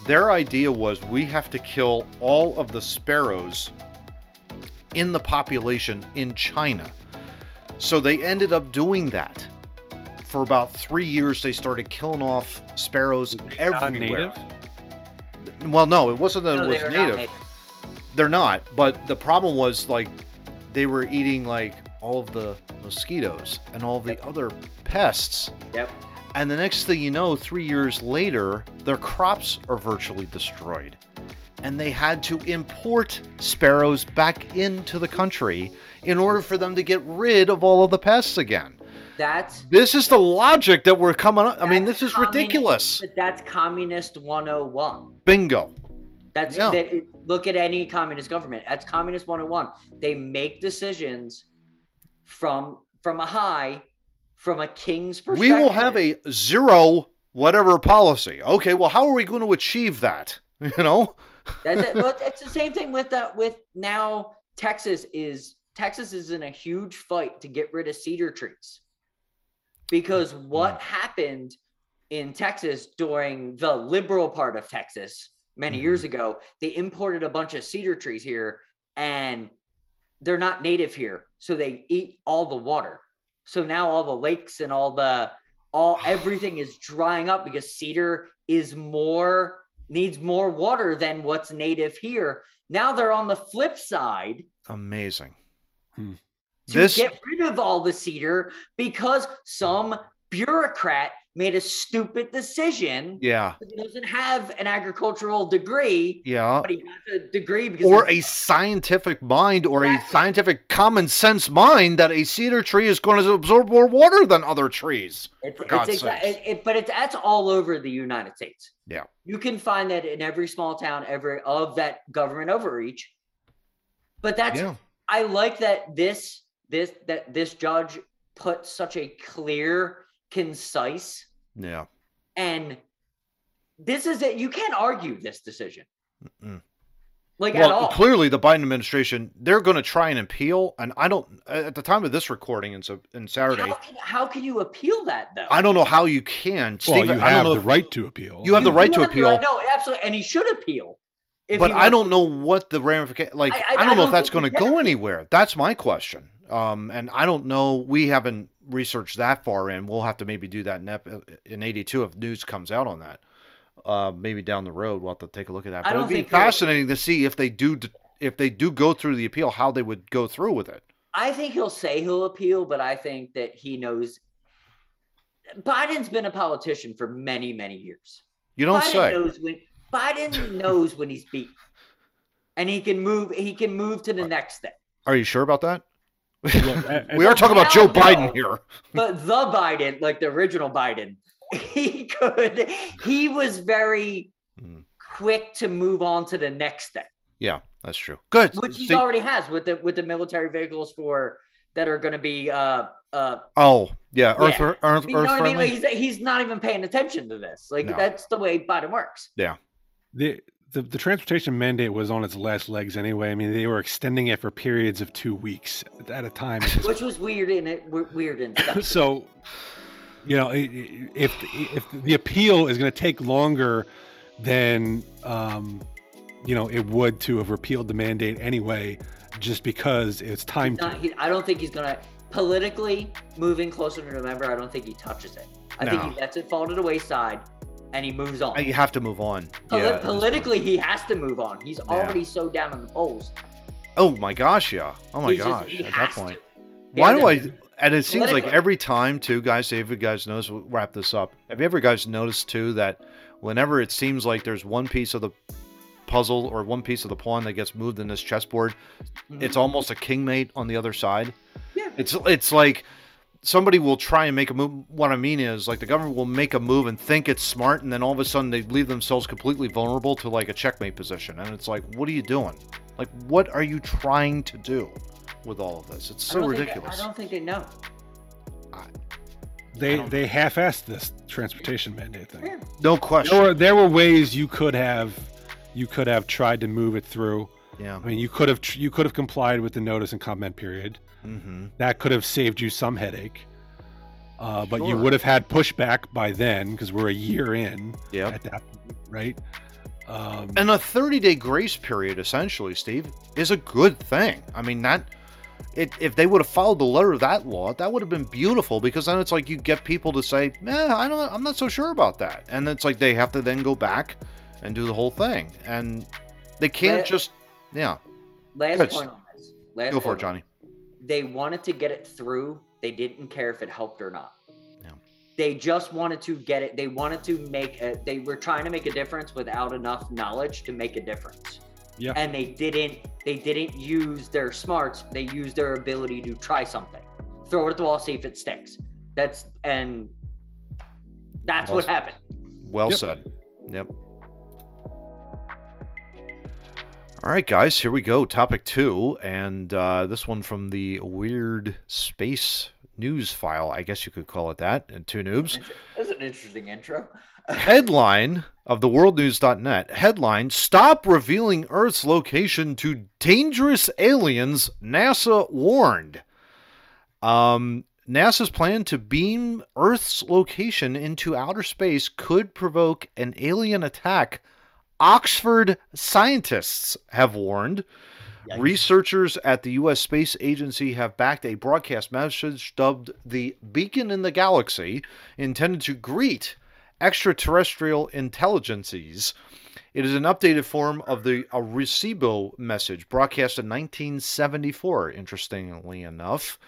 Their idea was we have to kill all of the sparrows in the population in China. So they ended up doing that. For about three years, they started killing off sparrows everywhere. Well, no, it wasn't that No, it they was are not native. native. They're not, but the problem was like they were eating like all of the mosquitoes and all the other pests. Yep. And the next thing you know, three years later, their crops are virtually destroyed. And they had to import sparrows back into the country in order for them to get rid of all of the pests again. That's This is the logic that we're coming up. I mean, That's this is communist- ridiculous. but that's communist 101. Bingo. That's Yeah. that, look at any communist government. That's communist 101. They make decisions from from a high, from a king's We perspective. will have a zero whatever policy. Okay, well, how are we going to achieve that? You know? That's it. But it's the same thing with that. With now, Texas is Texas is in a huge fight to get rid of cedar trees, because what happened in Texas during the liberal part of Texas many years ago, they imported a bunch of cedar trees here, and they're not native here, so they eat all the water. So now all the lakes and all the all everything is drying up because cedar is more needs more water than what's native here. Now they're on the flip side Amazing. Hmm. to This get rid of all the cedar because some bureaucrat made a stupid decision. yeah, He doesn't have an agricultural degree, yeah. but he has a degree because Or he's- a scientific mind or a Exactly. scientific common sense mind that a cedar tree is going to absorb more water than other trees. It's, for it's God's exa- sakes. it- it- but it's that's all over the United States. Yeah. you can find that in every small town, every of that government overreach. But that's Yeah. I like that this this that this judge put such a clear, concise, Yeah. and this is it. You can't argue this decision, Mm-mm. like at Well, all. clearly the Biden administration, they're going to try and appeal. And I don't, at the time of this recording in, Sa- in Saturday, how, can, how can you appeal that though? I don't know how you can. Well, Stephen, you I don't have know the if- right to appeal. You have the You right to have appeal. No, absolutely, and he should appeal. if but he I wants- don't know what the ramification. Like, I- I, I- I don't know don't if that's think going we to get go it. anywhere. That's my question. Um, and I don't know. We haven't researched that far in. We'll have to maybe do that in ep- uh, in '82 if news comes out on that. Uh, maybe down the road we'll have to take a look at that. I But don't it'd be think they'll- fascinating to see if they do d- if they do go through the appeal, how they would go through with it. I think he'll say he'll appeal, but I think that he knows. Biden's been a politician for many, many years. You don't Biden say. knows when Biden knows when he's beat, and he can move. He can move to the next step. Are you sure about that? Look, at- we are talking about Joe hell Biden no. here. But the Biden, like the original Biden, he could. He was very Mm. quick to move on to the next step, Yeah, that's true. Good. which he See- already has with the with the military vehicles for that are going to be uh uh oh, yeah. Earth, Yeah. Earth, You know Earth what I mean? friendly. Like he's, he's not even paying attention to this. Like No. that's the way Biden works. the, the the transportation mandate was on its last legs anyway. I mean, they were extending it for periods of two weeks at a time. at this Which was weird in it. w- Weird in stuff. so you know i- i- if if the appeal is going to take longer than um you know it would to have repealed the mandate anyway just because it's time Not- to he- I don't think he's gonna politically moving closer to November. I don't think he touches it. I think No. he lets it fall to the wayside, and he moves on. Uh, You have to move on. Poli- yeah, politically, he has to move on. He's already so down in the polls. Oh my gosh, yeah. Oh my He's just- gosh, he at that has to. point. He Why has do I? to. And it seems like Politically. every time, too, guys. If you guys notice, we'll wrap this up. Have you ever guys noticed too that whenever it seems like there's one piece of the puzzle or one piece of the pawn that gets moved in this chessboard, Mhm. it's almost a kingmate on the other side. Yeah. It's it's like somebody will try and make a move. What I mean is, like, the government will make a move and think it's smart, and then all of a sudden they leave themselves completely vulnerable to like a checkmate position. And it's like, what are you doing? Like, what are you trying to do with all of this? It's I so don't think- ridiculous. I don't think they know. They don't- they half-assed this transportation mandate thing. Yeah. no question. There were there were ways you could have you could have tried to move it through. yeah. I mean, you could have tr- you could have complied with the notice and comment period. Mm-hmm. That could have saved you some headache. Uh, but you Sure. would have had pushback by then because we're a year in Yeah. at that point, right? Um, And a 30 day grace period, essentially, Steve, is a good thing. I mean, that. It, if they would have followed the letter of that law, that would have been beautiful because then it's like you get people to say, "Yeah, I don't, I'm not so sure about that," and it's like they have to then go back and do the whole thing, and they can't Let- just, yeah, Last Good. point on this. Last go for it, point on Johnny. they wanted to get it through. They didn't care if it helped or not. Yeah. They just wanted to get it. They wanted to make a, they were trying to make a difference without enough knowledge to make a difference. Yeah. And they didn't they didn't use their smarts. They used their ability to try something. Throw it at the wall, see if it sticks. That's and that's what Awesome. happened. Well Yep. said. Yep. All right, guys, here we go. Topic two, and uh, this one from the Weird Space News File, I guess you could call it that, and two noobs. That's an interesting intro. Headline of the worldnews.net headline Stop revealing Earth's location to dangerous aliens, NASA warned. Um, NASA's plan to beam Earth's location into outer space could provoke an alien attack, Oxford scientists have warned. Yikes. Researchers at the U.S. Space Agency have backed a broadcast message dubbed the Beacon in the Galaxy, intended to greet extraterrestrial intelligences. It is an updated form of the Arecibo message, broadcast in 1974, interestingly enough.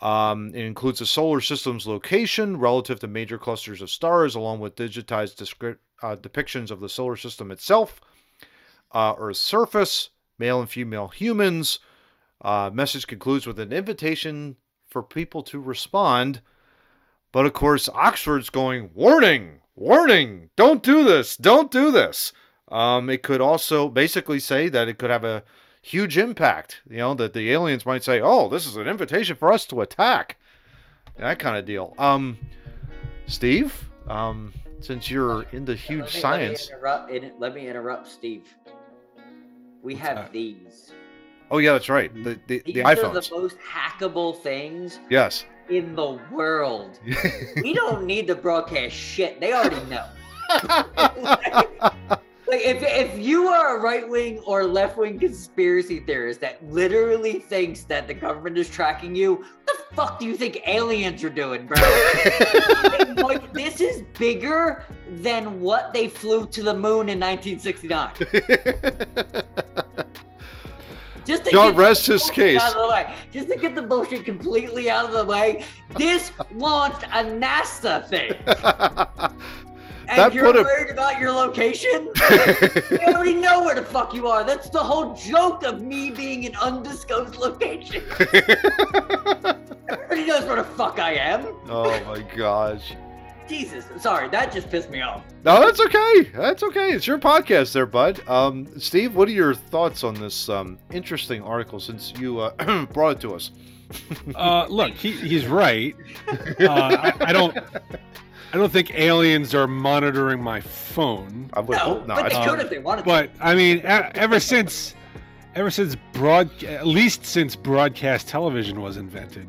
Um, it includes the solar system's location relative to major clusters of stars, along with digitized descri- uh, depictions of the solar system itself, uh, Earth's surface, male and female humans. Uh, message concludes with an invitation for people to respond. But of course, Oxford's going, warning, warning, don't do this, don't do this. Um, it could also basically say that it could have a huge impact, you know, that the aliens might say, oh, this is an invitation for us to attack. That kind of deal. Um, Steve, um, since you're into huge Let me- let me science. interrupt- in- Let me interrupt, Steve. We What's have that? these. Oh, yeah, that's right. The, the, the These iPhones. are the most hackable things yes. in the world. we don't need to broadcast shit. They already know. Oh Like if, if you are a right wing or left wing conspiracy theorist that literally thinks that the government is tracking you, what the fuck do you think aliens are doing, bro? like this is bigger than what they flew to the moon in 1969. Just to John get the rests his bullshit case. Out of the way. Just to get the bullshit completely out of the way, this launched a NASA thing. And That you're put a- worried about your location? we already know where the fuck you are. That's the whole joke of me being an undisclosed location. Everybody knows where the fuck I am. oh my gosh. Jesus, sorry, that just pissed me off. No, that's okay. That's okay. It's your podcast, there, bud. Um, Steve, what are your thoughts on this um, interesting article since you uh, brought it to us? uh, look, he, he's right. Uh, I, I don't I don't think aliens are monitoring my phone. I would no, hope but not. they Um, could if they wanted to. But I mean, e- ever since, ever since broad, at least since broadcast television was invented,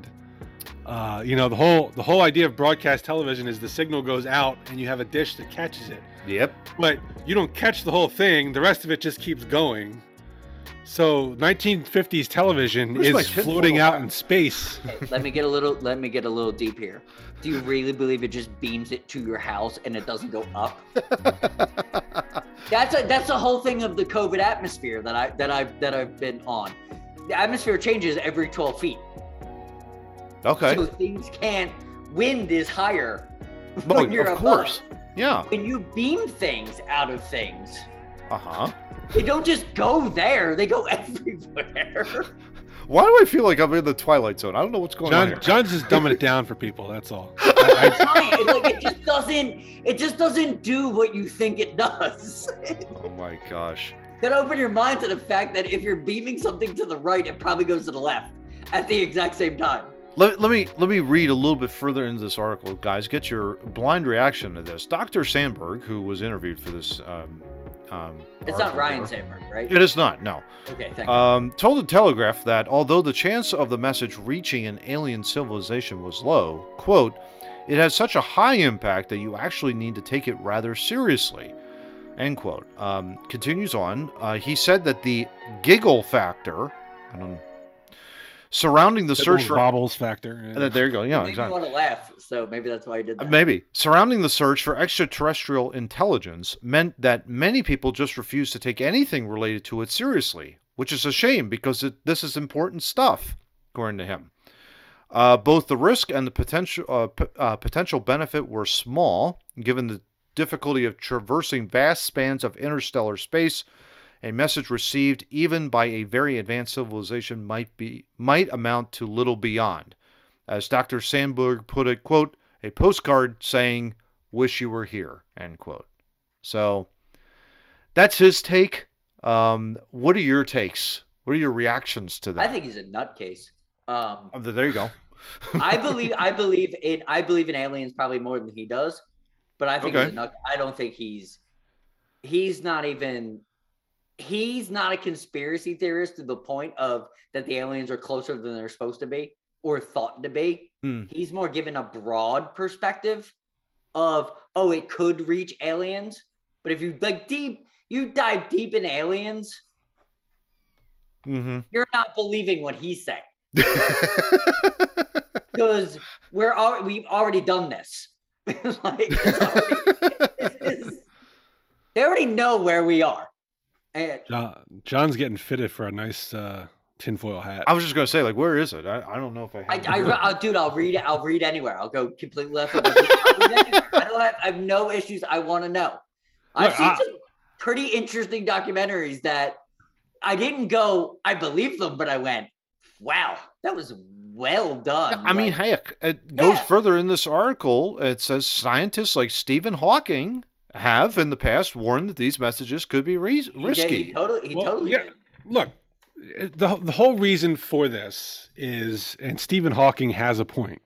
uh, you know the whole the whole idea of broadcast television is the signal goes out and you have a dish that catches it, Yep. but you don't catch the whole thing. The rest of it just keeps going. So 1950s television Where's my is tinfoil floating out hat? in space. Okay, let me get a little let me get a little deep here. Do you really believe it just beams it to your house and it doesn't go up? That's a, that's the whole thing of the COVID atmosphere that I that I that I've been on. The atmosphere changes every 12 feet, okay. so things can't. Wind is higher Oh, when you're of above. course. Yeah. When you beam things out of things, Uh huh. they don't just go there; they go everywhere. Why do I feel like I'm in the Twilight Zone? I don't know what's going on here. John, John's just dumbing it down for people. That's all. It's fine. It's like it just doesn't. It just doesn't do what you think it does. oh my gosh. Then open your mind to the fact that if you're beaming something to the right, it probably goes to the left at the exact same time. Let, let me let me read a little bit further into this article, guys. Get your blind reaction to this. Dr. Sandberg, who was interviewed for this, um, um, It's not article Ryan here- Sandberg, right? It is not. No. Okay, thank um, told the Telegraph that although the chance of the message reaching an alien civilization was low, quote, it has such a high impact that you actually need to take it rather seriously, end quote. Um, continues on, uh, he said that the giggle factor I don't, surrounding the search for. bobbles factor. Uh, there you go. Yeah, Maybe exactly. Uh, you want to laugh, so maybe that's why I did that. Maybe. Surrounding the search for extraterrestrial intelligence meant that many people just refused to take anything related to it seriously, which is a shame because it, this is important stuff, according to him. Uh, both the risk and the potential uh, p- uh, potential benefit were small, given the difficulty of traversing vast spans of interstellar space. A message received, even by a very advanced civilization, might be might amount to little beyond. As Dr. Sandberg put it, quote, a postcard saying, wish you were here, end quote. So that's his take. Um, what are your takes? What are your reactions to I that? think he's a nutcase. Um, Oh, there you go. I believe I believe in I believe in aliens probably more than he does, but I think Okay. he's a nut. I don't think he's he's not even he's not a conspiracy theorist to the point of that the aliens are closer than they're supposed to be or thought to be. Hmm. He's more given a broad perspective of oh it could reach aliens, but if you like deep you dive deep in aliens, hmm you're not believing what he's saying. because we're al- we've already done this. like, it's already- this is- they already know where we are. And John, John's getting fitted for a nice uh, tinfoil hat. I was just gonna say, like, where is it? I, I don't know if I. I, Have I, it. re- I'll, dude, I'll read. I'll read anywhere. I'll go completely left. I'll read anywhere. I don't have. I have no issues. I want to know. I've Look, seen I- some pretty interesting documentaries that I didn't go. I believe them, but I went, "Wow, that was well done." I mean, Like, heck, it goes Yeah. further in this article. It says scientists like Stephen Hawking have in the past warned that these messages could be he re- did- risky. He totally. He Well, totally. yeah. did. Look, it- the the whole reason for this is, and Stephen Hawking has a point.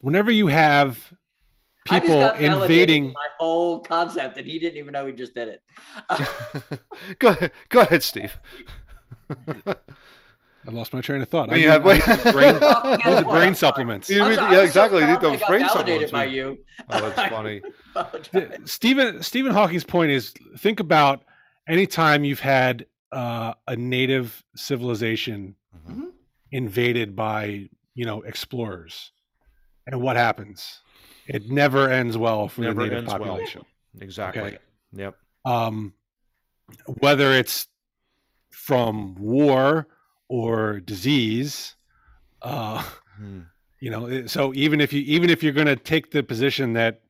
Whenever you have I just people got validated invading, my whole concept, and he didn't even know he just did it. go ahead, go ahead, Steve. I lost my train of thought. You I, have- need, I need the brain, Oh, I need the yeah. brain supplements. You I'm need- so- yeah, I'm so exactly. You need proud I those got brain validated supplements, by yeah. you. Oh, that's funny. Yeah, Stephen Stephen Hawking's point is think about any time you've had uh, a native civilization Mhm. invaded by you know explorers, and what happens? It never ends well for Never the native ends well. population. Exactly. Okay. Yep. Um, whether it's from war or disease, uh, Hmm. you know it- so even if you even if you're going to take the position that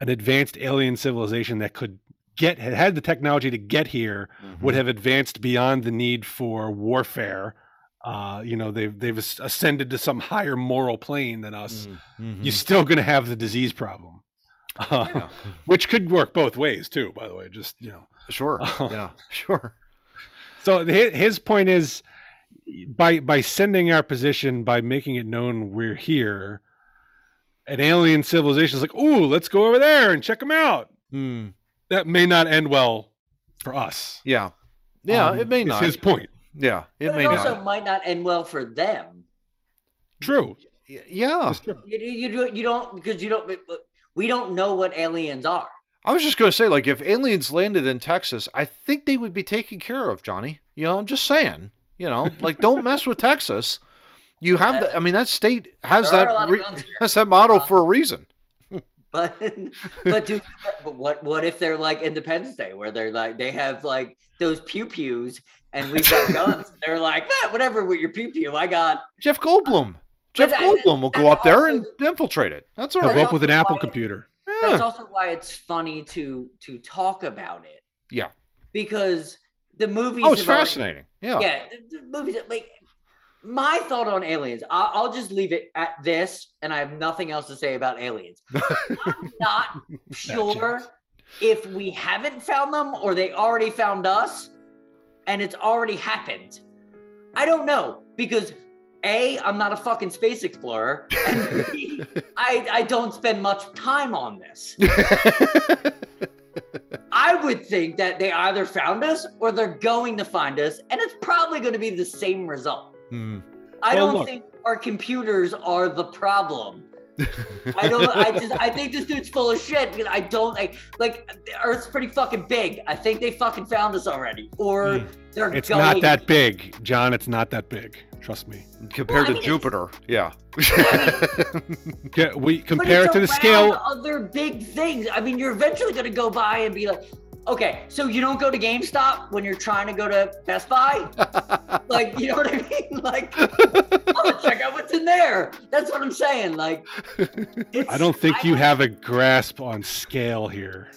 an advanced alien civilization that could get had- had the technology to get here would Mm-hmm. have advanced beyond the need for warfare uh you know they've they've as- ascended to some higher moral plane than us Mhm. you're still going to have the disease problem Uh, Yeah. which could work both ways too by the way just you know Sure. Oh. yeah. Sure. So hi- his point is by by sending our position by making it known we're here, an alien civilization is like, "Ooh, let's go over there and check them out." Mm. Hmm. That may not end well for us. Yeah. Yeah. Um, it may it's not. His point. Yeah. It But may it also not. might not end well for them. True. Y- Yeah. It's true. You, you, you, you don't because you don't. We don't know what aliens are. I was just going to say, like, if aliens landed in Texas, I think they would be taken care of, Johnny. You know, I'm just saying. You know, like, don't mess with Texas. You have the. I mean, that state has There are a lot that. of Re- guns here, has that motto for a reason. but but do but what what if they're like Independence Day where they're like they have like those pew pews and we've got guns. and they're like "Ah, whatever with your pew pew. I got Jeff Goldblum. Jeff I- Goldblum will go that's up there and also- infiltrate it. That's all He'll right. go up with an Apple computer. Yeah. that's also why it's funny to to talk about it. Yeah. Because the movies. Oh, it's have already- fascinating. Yeah. yeah, the, the movies that, like my thought on aliens I, i'll just leave it at this and i have nothing else to say about aliens i'm not sure chance. if we haven't found them or they already found us and it's already happened i don't know because a i'm not a fucking space explorer and b I, I don't spend much time on this i would think that they either found us or they're going to find us and it's probably going to be the same result Hmm. I Well, don't look. think our computers are the problem. I don't. I just. I think this dude's full of shit. Because I don't like. Like, the Earth's pretty fucking big. I think they fucking found us already, or they're Hmm. It's going. not that big, John. It's not that big. Trust me. Well, Compared I to mean, it's- Jupiter, yeah. Yeah, we But compare it it's to the around scale. Other big things. I mean, you're eventually gonna go by and be like, okay, so you don't go to GameStop when you're trying to go to Best Buy. like, you know what I mean? Like, oh, check out what's in there. That's what I'm saying. Like, it's- I don't think you have a grasp on scale here.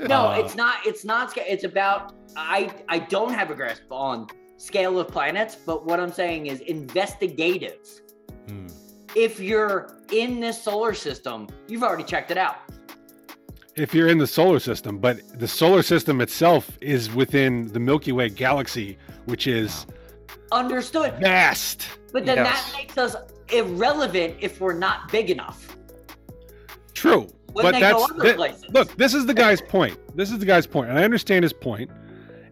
No, Uh, it's not. It's not. sca- It's about. I I don't have a grasp on scale of planets, but what I'm saying is investigative. Hmm. If you're in this solar system, you've already checked it out. if you're in the solar system, but the solar system itself is within the Milky Way galaxy, which is Understood. vast. But then Yes. that makes us irrelevant if we're not big enough. True. When but they that's go other that- places. look, this is the guy's point. This is the guy's point, and I understand his point.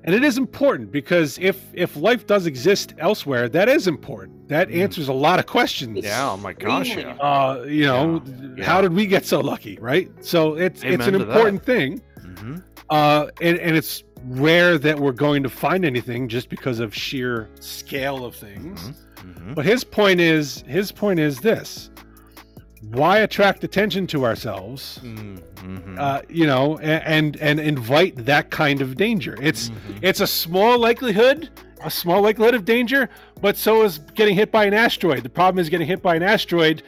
And it is important because if if life does exist elsewhere, that is important. That Mm. answers a lot of questions. Yeah, oh my gosh, yeah. Uh, you know, Yeah. how did we get so lucky, right? So it's it's Amen an to that. important thing. hmm Uh, and, and it's rare that we're going to find anything just because of sheer scale of things. hmm But his point is his point is this: why attract attention to ourselves? Mm. Mm-hmm. Uh, you know, a- and and invite that kind of danger. It's it's a small likelihood, a small likelihood of danger, but so is getting hit by an asteroid. The problem is getting hit by an asteroid.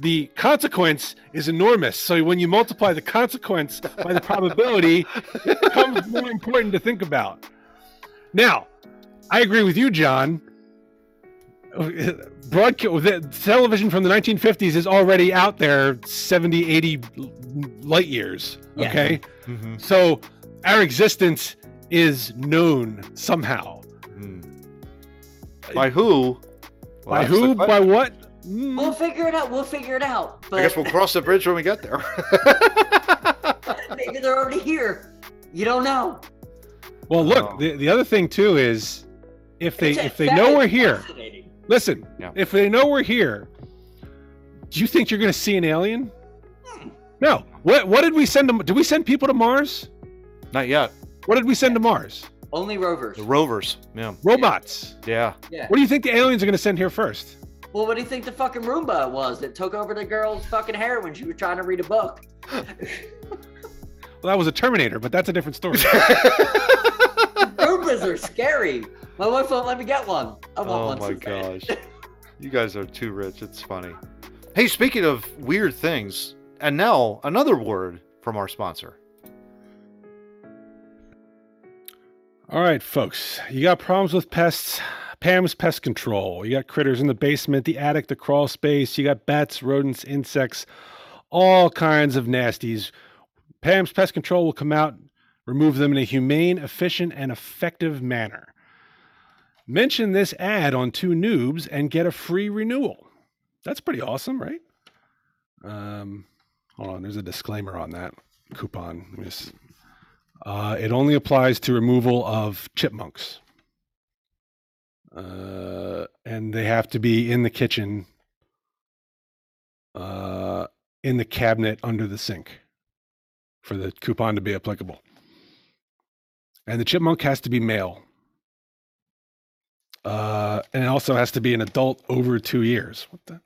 The consequence is enormous. So when you multiply the consequence by the probability, it becomes more important to think about. Now, I agree with you, John. Broadcast television from the 1950s is already out there 70, 80 light years. Yeah. Okay. Mm-hmm. So our existence is known somehow. Mm-hmm. By who? by that's the who? question. By what? Mm, We'll figure it out. We'll figure it out. But I guess we'll cross the bridge when we get there. maybe they're already here. You don't know. Well, look. Oh. The, the other thing too is, if they It's- if they that know is we're here, fascinating. listen. Yeah. If they know we're here, do you think you're going to see an alien? Hmm. No. What what did we send them? Did we send people to Mars? Not yet. What did we send to Mars? Only rovers. The rovers. Yeah. Robots. Yeah. Yeah. What do you think the aliens are going to send here first? Well, what do you think the fucking Roomba was that took over the girl's fucking hair when she was trying to read a book? Well, that was a Terminator, but that's a different story. Roombas are scary. My wife won't let me get one. I want Oh one my so bad. gosh. You guys are too rich. It's funny. Hey, speaking of weird things, and now another word from our sponsor. All right, folks, you got problems with pests. Pam's Pest Control. You got critters in the basement, the attic, the crawl space. You got bats, rodents, insects, all kinds of nasties. Pam's Pest Control will come out, remove them in a humane, efficient, and effective manner. Mention this ad on two noobs and get a free renewal. That's pretty awesome, right? Um, hold on, there's a disclaimer on that coupon. Let me just uh, it only applies to removal of chipmunks. Uh, and they have to be in the kitchen, uh, in the cabinet under the sink for the coupon to be applicable. And the chipmunk has to be male. Uh, and it also has to be an adult over two years. What the?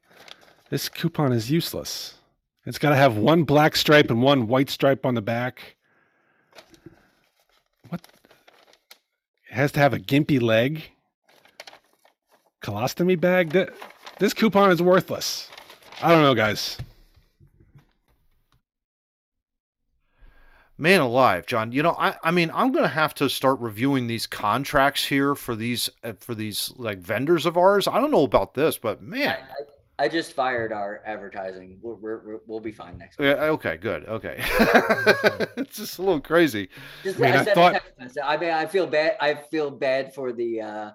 This coupon is useless. It's got to have one black stripe and one white stripe on the back. What? It has to have a gimpy leg. Colostomy bag. Th- This coupon is worthless. I don't know, guys. Man alive, John. You know, I, I mean, I'm going to have to start reviewing these contracts here for these uh, for these like vendors of ours. I don't know about this, but man, I just fired our advertising. We're, we're, we're, we'll be fine next week. yeah, okay, good, okay. it's just a little crazy. Just, I mean, I, I sent a thought- text message. I mean, I feel bad. I feel bad for the uh,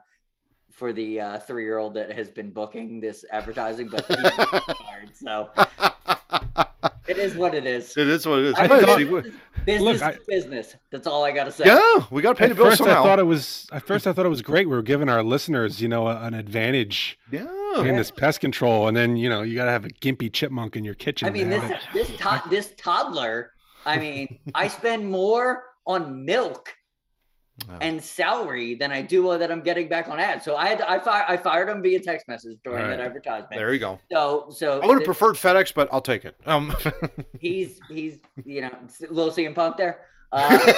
for the uh, three year old that has been booking this advertising, but he's fired. So it it is what it is. is what it is. I Hey, thought- see, we- Business Look, is I- business. That's all I gotta say. yeah, we got to pay the at bill first, I somehow. thought it was. At first, I thought it was great. We were giving our listeners, you know, a- an advantage Oh, yeah, in this pest control, and then you know, you got to have a gimpy chipmunk in your kitchen. I mean, to this have it. this to- this toddler. I mean, I spend more on milk Oh. and salary than I do uh, that I'm getting back on ads. So I had to, I fired I fired him via text message during All right. that advertisement. there you go. So so I would have th- preferred FedEx, but I'll take it. Um, he's he's you know s- little CM Punk there. Uh,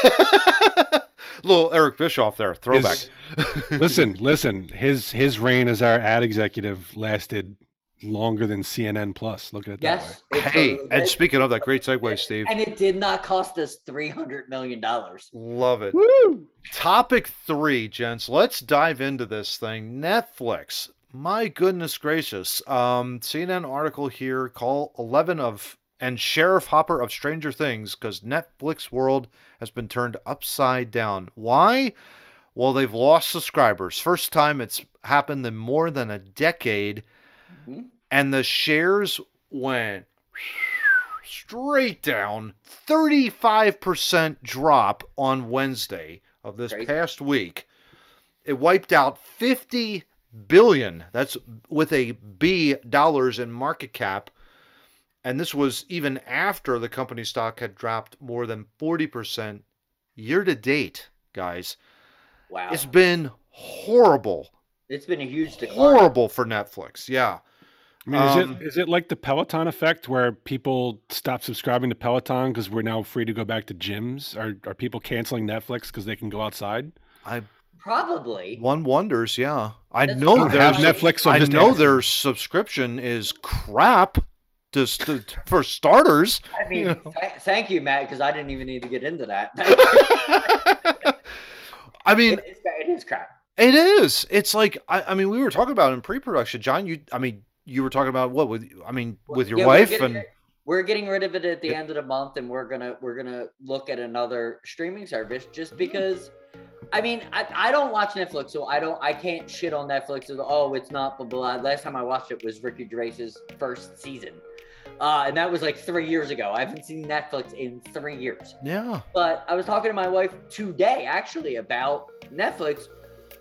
little Eric Bischoff there, throwback. His- listen, listen. His his reign as our ad executive lasted longer than CNN Plus. Look at it that way. yes. it hey, totally and did. speaking of that, great segue, Steve. and it did not cost us three hundred million dollars. Love it. Woo! Topic three, gents. Let's dive into this thing. Netflix. My goodness gracious. Um, CNN article here. Call eleven of and Sheriff Hopper of Stranger Things because Netflix world has been turned upside down. Why? Well, they've lost subscribers. First time it's happened in more than a decade, Mhm. and the shares went straight down 35% drop on Wednesday of this Crazy. past week. It wiped out 50 billion. That's with a B dollars in market cap. And this was even after the company stock had dropped more than 40% year to date, guys. Wow, It's been horrible. it's been a huge decline. Horrible for Netflix. Yeah. I mean, Um, is it is it like the Peloton effect where people stop subscribing to Peloton because we're now free to go back to gyms? Are are people canceling Netflix because they can go outside? I Probably. one wonders, yeah. I That's I know probably- don't have there's Netflix on I this know app. their subscription is crap to st- for starters. I mean, Yeah. th- thank you, Matt, because I didn't even need to get into that. I mean, it, is, it is crap. it is. It's like I, I mean, we were talking about in pre-production, John. You, I mean, you were talking about what with I mean with your Yeah, we're wife getting and it- we're getting rid of it at the Yeah. end of the month, and we're gonna we're gonna look at another streaming service Mm-hmm. just because. I mean, I, I don't watch Netflix, so I don't I can't shit on Netflix. As, oh, it's not blah blah. Last time I watched it was Ricky Gervais's first season, uh, and that was like three years ago. I haven't seen Netflix in three years. yeah, But I was talking to my wife today actually about Netflix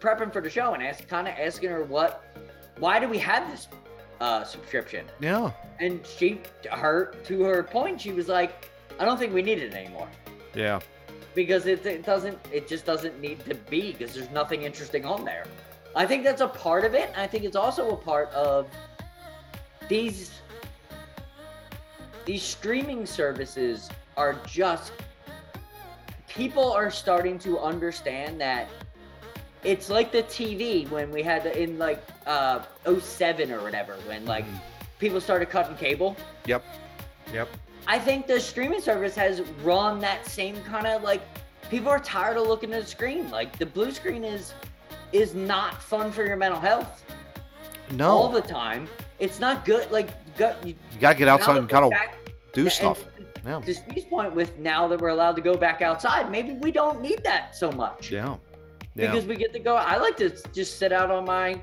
prepping for the show and ask, kind of asking her what, why do we have this uh, subscription? yeah. And she, her, to her point, she was like, I don't think we need it anymore Yeah. because it, it doesn't, it just doesn't need to be because there's nothing interesting on there. I think that's a part of it. and I think it's also a part of these these streaming services are just people are starting to understand that it's like the TV when we had the, in like uh 07 or whatever when like Mhm. people started cutting cable. Yep. Yep. I think the streaming service has run that same kind of like people are tired of looking at the screen. Like the blue screen is is not fun for your mental health No, all the time. It's not good. Like go, you you gotta get outside now and that we're kind of back- do and stuff. Yeah. To Steve's point, with now that we're allowed to go back outside, maybe we don't need that so much Yeah. Yeah. because we get to go. I like to just sit out on my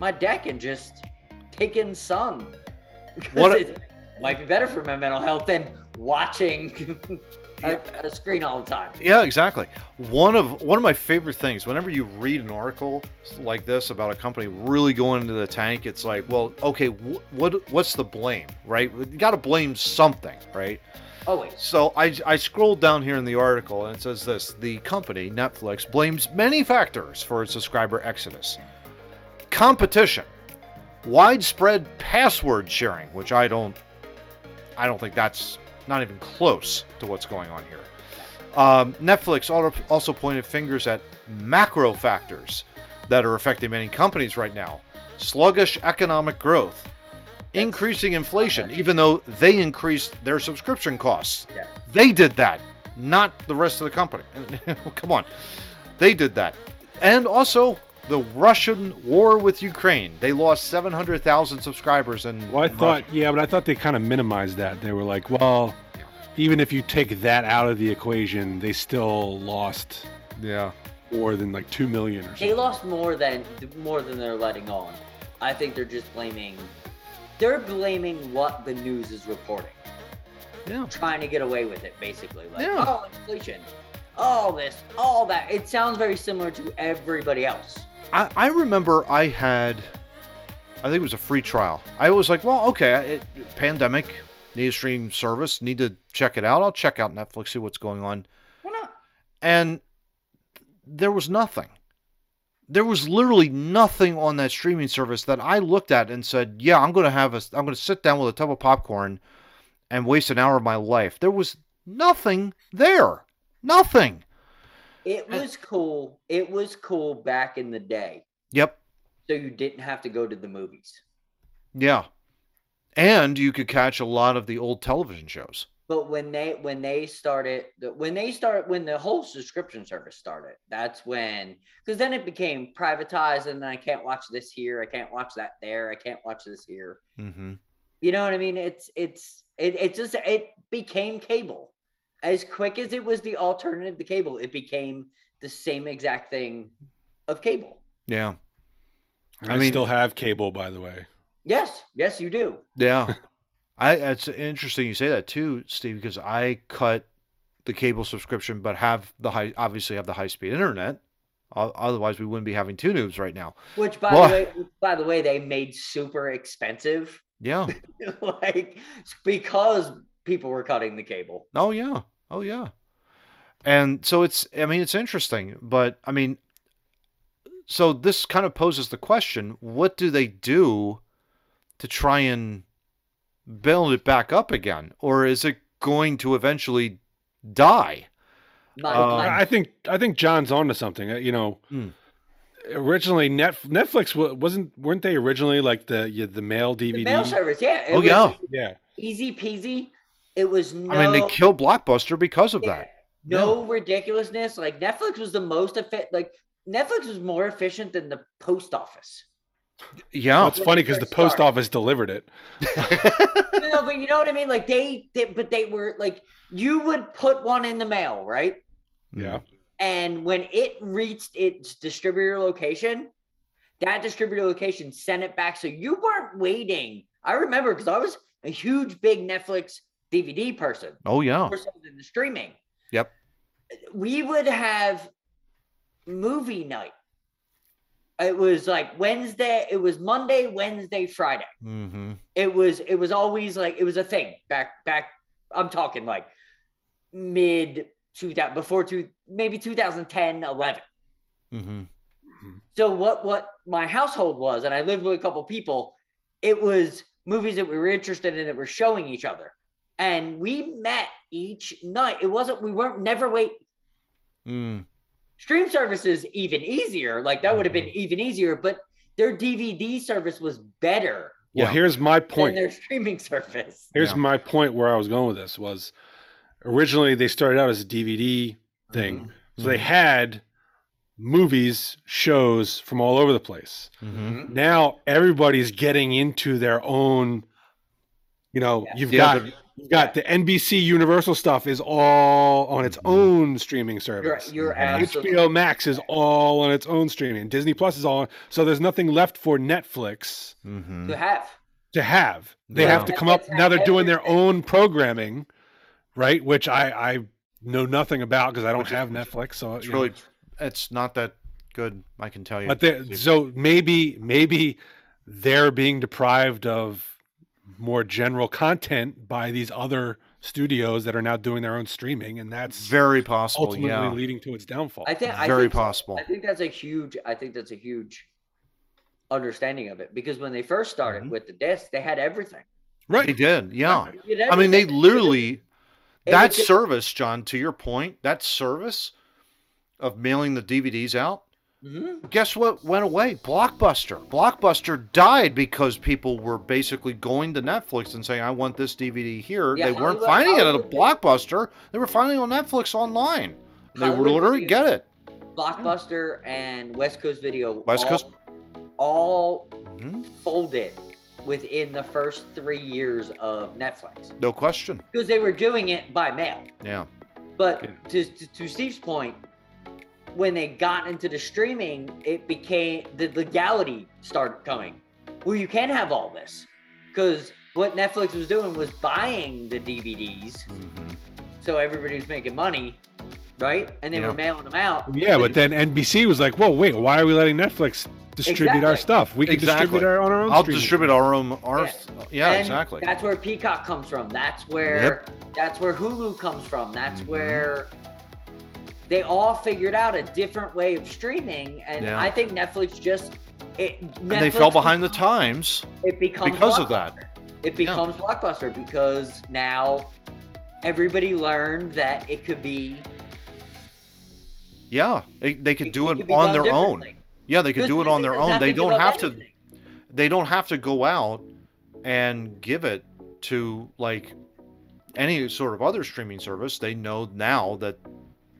my deck and just take in sun. What What a- it might be better for my mental health than watching a, a screen all the time. Yeah, exactly. One of one of my favorite things, whenever you read an article like this about a company really going into the tank, it's like, well, okay, wh- what what's the blame, right? You got to blame something, right? Always. So I, I scrolled down here in the article and it says this the company, Netflix, blames many factors for its subscriber exodus competition, widespread password sharing, which I don't, I don't think that's not even close to what's going on here. Um, Netflix al- also pointed fingers at macro factors that are affecting many companies right now sluggish economic growth, increasing inflation, even though they increased their subscription costs. Yeah. They did that. not the rest of the company. Come on. They did that. And also, the Russian war with Ukraine. They lost 700,000 subscribers. And Well, I thought, yeah, but I thought they kind of minimized that. They were like, well, even if you take that out of the equation, they still lost yeah. more than like two million or They something. lost more than more than they're letting on. I think they're just blaming. They're blaming what the news is reporting. Yeah. Trying to get away with it, basically. Like, Yeah. oh, inflation, all this, all that. It sounds very similar to everybody else. I, I remember I had, I think it was a free trial. I was like, well, okay, it, pandemic, need a stream service, need to check it out. I'll check out Netflix, see what's going on. Why not? And there was nothing. There was literally nothing on that streaming service that I looked at and said, yeah, I'm going to have a, I'm going to sit down with a tub of popcorn and waste an hour of my life. There was nothing there. Nothing. It I- was cool. It was cool back in the day, Yep. so you didn't have to go to the movies. Yeah. And you could catch a lot of the old television shows. But when they when they started the- when they started when the whole subscription service started, that's when because then it became privatized, and then I can't watch this here, I can't watch that there, I can't watch this here. Mm-hmm. You know what I mean? It's it's it it just it became cable. As quick as it was the alternative to cable, it became the same exact thing of cable. Yeah. I, I mean- still have cable, by the way. Yes, yes, you do. Yeah. I it's interesting you say that too, Steve, because I cut the cable subscription, but have the high obviously have the high speed internet. O- Otherwise, we wouldn't be having two noobs right now. Which by Well- the way, by the way, they made super expensive. Yeah. like because people were cutting the cable. Oh yeah. Oh yeah. And so it's I mean it's interesting, but I mean so this kind of poses the question, what do they do to try and build it back up again or is it going to eventually die? My, Uh, my- I think I think John's onto something. Uh, You know, Hmm. originally Net, Netflix wa- wasn't weren't they originally like the yeah, the mail DVD? the mail service, yeah. it Oh was yeah. Yeah, Easy peasy. It was no, I mean they killed Blockbuster because of yeah, that. no ridiculousness. Like Netflix was the most efficient. Like Netflix was more efficient than the post office. Yeah. well, it's funny because the post Sorry. office delivered it. no, but you know what I mean. Like they, they, but they were like you would put one in the mail, right? Mm. Yeah, And when it reached its distributor location, that distributor location sent it back. So you weren't waiting. I remember because I was a huge, big Netflix DVD person, Oh yeah. more so than the streaming. Yep. We would have movie night. It was like Wednesday, it was Monday, Wednesday, Friday Mhm. it was it was always like it was a thing back back i'm talking like mid 2000 before two maybe 2010 11 Mhm. so what what my household was and i lived with a couple people it was movies that we were interested in that were showing each other and we met each night it wasn't we weren't never wait Mm. stream service is even easier like that would have been even easier but their dvd service was better Well, Yeah. here's my than point. their streaming service Here's Yeah. my point where I was going with this was originally they started out as a DVD thing. Mm-hmm. So they had movies, shows from all over the place. Mm-hmm. Mhm. Mm-hmm. Now everybody's getting into their own you know, Yeah. you've Yeah, got they're- you've got the NBC Universal stuff is all on its Mhm. own streaming you're, service. you're And absolutely HBO Max is all on its own streaming. Disney Plus is all on, so there's nothing left for Netflix Mhm. to have to have. They have to Yeah. come up Netflix now. They're has doing their everything. own programming, right? Which I I know nothing about because I don't have Netflix. So It's you know. really, it's not that good. I can tell you. but they, so maybe maybe they're being deprived of more general content by these other studios that are now doing their own streaming, and that's very possible. ultimately Yeah, leading to its downfall. I think I very think, possible. I think that's a huge. I think that's a huge understanding of it because when they first started Mhm. with the disc, they had everything. They right? did. Yeah. You did I mean, they everything. literally It that was just- service, John. To your point, that service of mailing the DVDs out Mhm. guess what went away? Blockbuster. Blockbuster died because people were basically going to Netflix and saying, I want this DVD here. Yeah, they weren't Hollywood- finding it at a Hollywood- Blockbuster. They were finding it on Netflix online. They would Hollywood order it, Video- get it. Blockbuster and West Coast Video. West all- Coast- all Mhm. folded within the first three years of Netflix No question. because they were doing it by mail. Yeah. But Yeah. to, to, to Steve's point, when they got into the streaming, it became the legality started coming. Well, you can have all this because what Netflix was doing was buying the DVDs, so everybody was making money, right? And they Yeah. were mailing them out. Yeah, but then NBC was like, "Whoa, wait, why are we letting Netflix distribute our Exactly. stuff? We can Exactly. distribute our on our own." I'll streaming." distribute our own. Our, Yeah. yeah, yeah And exactly. That's where Peacock comes from. That's where that's where Hulu comes from. That's Mhm. where they all figured out a different way of streaming, and Yeah. I think Netflix just it. Netflix And they fell behind the becomes- times. It becomes because of that. Blockbuster. It becomes blockbuster because now everybody learned that it could be. Yeah. They, they could do could it be on done their own. differently. Yeah, they could Because do it on their Disney doesn't own. They give don't up have to. anything. they don't have to go out and give it to like any sort of other streaming service. They know now that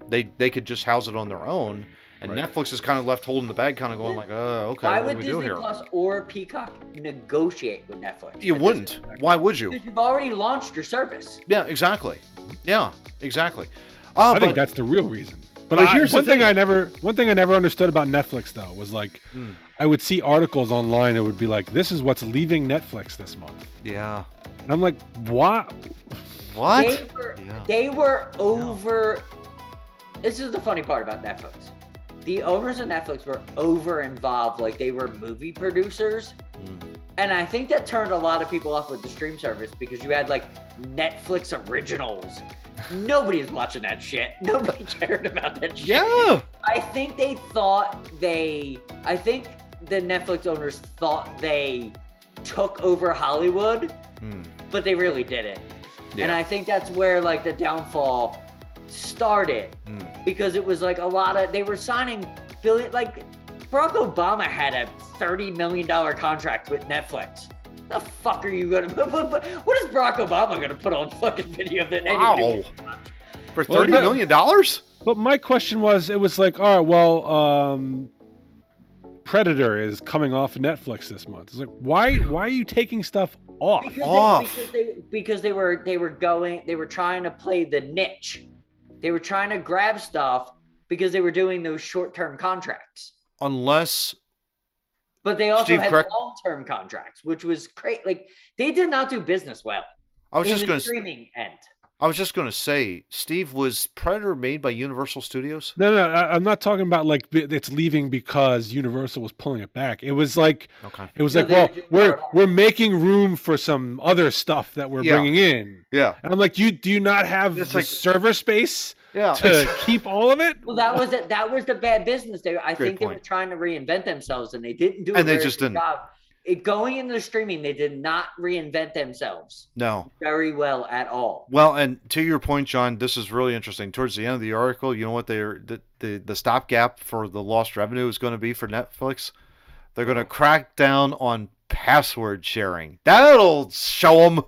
they they could just house it on their own, and Right. Netflix is kind of left holding the bag, kind of going like, "Oh, okay, Why what would do we do Disney here?" Plus or Peacock negotiate with Netflix? you at this wouldn't. point? Why would you? Because you've already launched your service. Yeah, exactly. Yeah, exactly. Uh, I think but, that's the real reason. But, But I, here's the one thing, thing. I never one thing I never understood about Netflix though was like Hmm. I would see articles online that would be like, "This is what's leaving Netflix this month," yeah. and I'm like, "Why? What? They were, Yeah. they were over. This is the funny part about Netflix. The owners of Netflix were over involved, like they were movie producers. Mm. And I think that turned a lot of people off with the stream service because you had like Netflix originals. Nobody is watching that shit. Nobody cared about that shit. Yeah. I think they thought they. I think the Netflix owners thought they took over Hollywood Mm. but they really didn't. Yeah. And I think that's where like the downfall started Mm. because it was like a lot of they were signing billion like Barack Obama had a thirty million dollar contract with Netflix. The fuck are you gonna? What, what- what is Barack Obama gonna put on fucking video that anybody? Wow. For Well, thirty no. million dollars? But my question was, it was like, all right, well, um, Predator is coming off Netflix this month. It's like, why? Why are you taking stuff off? Because they, Off. because they because they were they were going they were trying to play the niche. They were trying to grab stuff because they were doing those short term contracts. Unless But they also Steve, had correct- long-term contracts, which was great. Like they did not do business well. I was in just the going to streaming end. I was just going to say, Steve, was Predator made by Universal Studios? No, no, I, I'm not talking about like b- it's leaving because Universal was pulling it back. It was like, Okay. it was No, like, they well, were just we're brought off. we're making room for some other stuff that we're Yeah. bringing in. Yeah. And I'm like, you do you not have It's the like- Oh. server space Yeah. to keep all of it? Well, that was it. That was the bad business. They, I Great think, they were point. trying to reinvent themselves, and they didn't do. a And they very just good didn't. Job. It, going into the streaming, they did not reinvent themselves no. very well at all. Well, and to your point, John, this is really interesting. Towards the end of the article, you know what they're the the, the stopgap for the lost revenue is going to be for Netflix. They're going to crack down on password sharing. That'll show them.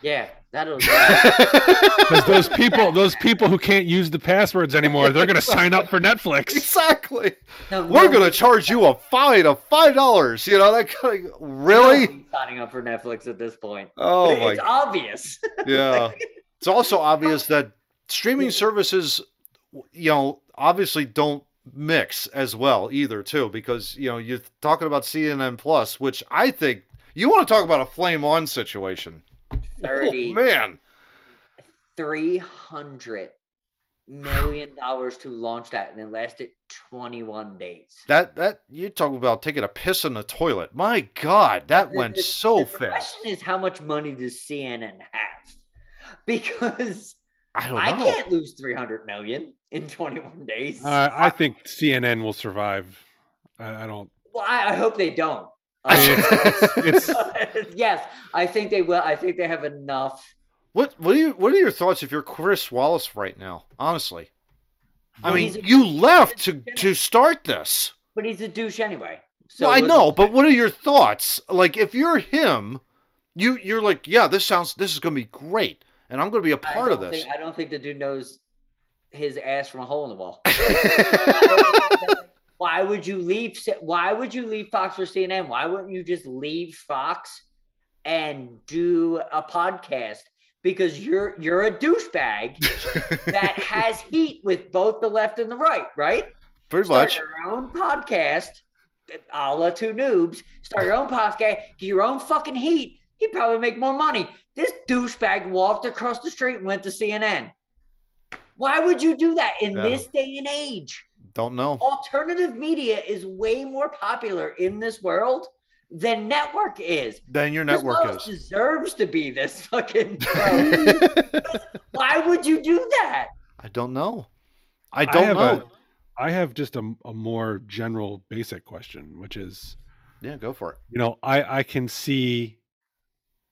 Yeah, that'll. Because those people, those people who can't use the passwords anymore, they're gonna sign up for Netflix. exactly. No, no We're going to one's charge you a fine of five dollars. You know that kind of really. signing up for Netflix at this point. Oh my it's obvious. yeah. It's also obvious that streaming services, you know, obviously don't mix as well either, too, because you know you're talking about CNN Plus, which I think you want to talk about a flame on situation. Oh, Thirty. man, three hundred million dollars to launch that, and it lasted twenty-one days. that that you're talking about taking a piss in the toilet. My God, that The- went the- so the fast. question is, how much money does CNN have? Because I I don't know. can't lose three hundred million in twenty-one days. Uh, I think CNN will survive. I, I don't. well, I, I hope they don't. It's yes, I think they will. I think they have enough. what what are you what are your thoughts if you're Chris Wallace right now? Honestly, I Well, mean, he's a- you left to he's a- to start this. but he's a douche anyway. So well, I it was- know, but what are your thoughts? Like, if you're him, you you're like, yeah, this sounds this is gonna be great, and I'm gonna be a I part of don't this. Think, I don't think the dude knows his ass from a hole in the wall. why would you leave? Sa- Why would you leave Fox for CNN? Why wouldn't you just leave Fox and do a podcast? Because you're you're a douchebag that has heat with both the left and the right, right? Pretty Start much. your own podcast, a la two noobs. Start your own podcast, get your own fucking heat. He'd probably make more money. This douchebag walked across the street and went to CNN. Why would you do that in Yeah. this day and age? Don't know. Oh, Alternative media is way more popular in this world than network is. Then your Chris network Wallace is. deserves to be this fucking. pro. I Why would you do that? don't know. I I don't have a- know. I have just a, a more general, basic question, which is, Yeah, go for it. you know, I I can see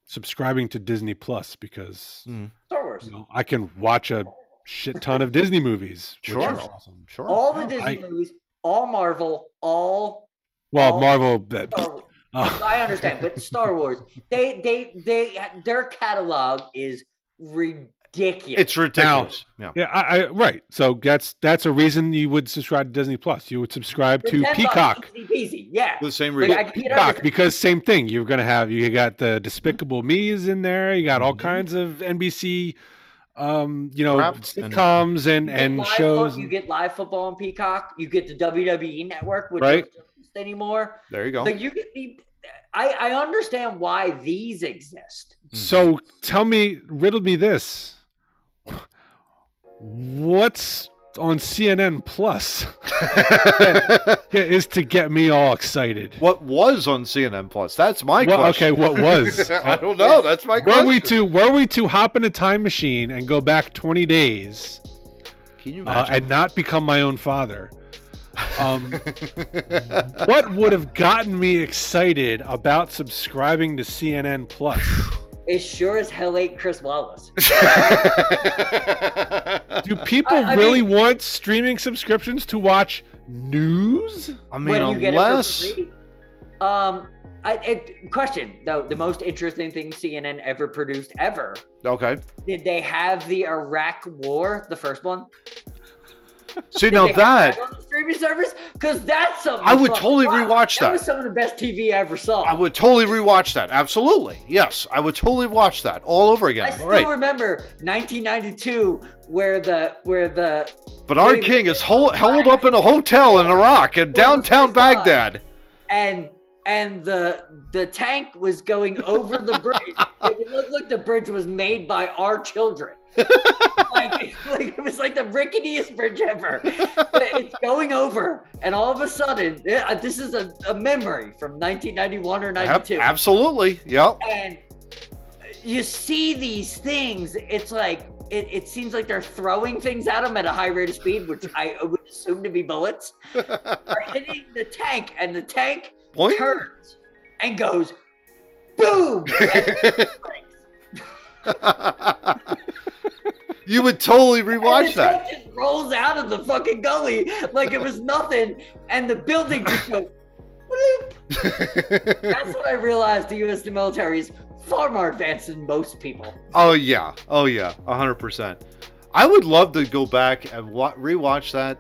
subscribing to Disney Plus because Star Wars. you know, I can watch a shit ton of Disney movies. which are Sure. awesome. Sure. All the No, Disney I- movies, all Marvel, all Well, Oh. Marvel. That, Star Wars. Oh. uh, I understand, but Star Wars, they they they their catalog is ridiculous. it's ridiculous. yeah. yeah, I, I right. So that's that's a reason you would subscribe to Disney Plus. You would subscribe For 10 to bucks, Peacock. easy peasy. Yeah. The same Like, reason. I can get Peacock, everything. because same thing. You're gonna have you got the Despicable Me's in there. You got all kinds of NBC, um, you know, Crap. sitcoms and You get and live uh, fo- shows. You get live football on Peacock. You get the WWE Network, which Right. don't exist anymore. there you go. Like you get the. I I understand why these exist. Mm-hmm. So tell me, riddle me this: What's on CNN Plus is to get me all excited? what was on CNN Plus? That's my Well, okay, question. what was? I don't know. That's my Were question. we to were we to hop in a time machine and go back 20 days Can you uh, imagine? and not become my own father? Um, what would have gotten me excited about subscribing to CNN Plus? It sure as hell ain't Chris Wallace. Do people I- I really mean- want streaming subscriptions to watch news? I mean, when you get it for unless free. Um, I it, question though the most interesting thing CNN ever produced ever okay. Did they have the Iraq War, the first one? See Did now they have that on the streaming service? Because that's something I would fucking totally wild. rewatch that. was some of the best TV I ever saw. I would totally rewatch that. Absolutely, yes, I would totally watch that all over I again. still All right, remember 1992, where the where the Bernard King is hol- held up in a hotel in Iraq in downtown Baghdad. and and the the tank was going over the bridge. it looked like the bridge was made by our children. like, like it was like the ricketiest bridge ever. But it's going over, and all of a sudden, yeah, this is a, a memory from 1991 or Ab- 92. absolutely, yep. and you see these things, it's like it, it seems like they're throwing things at them at a high rate of speed, which I would assume to be bullets, are hitting the tank, and the tank Point. turns and goes boom and you would totally the rewatch that. tank just rolls out of the fucking gully like it was nothing and the building just goes bloop. that's what i realized the us military is far more advanced than most people Oh yeah, oh yeah, hundred percent. I would love to go back and wa- rewatch that,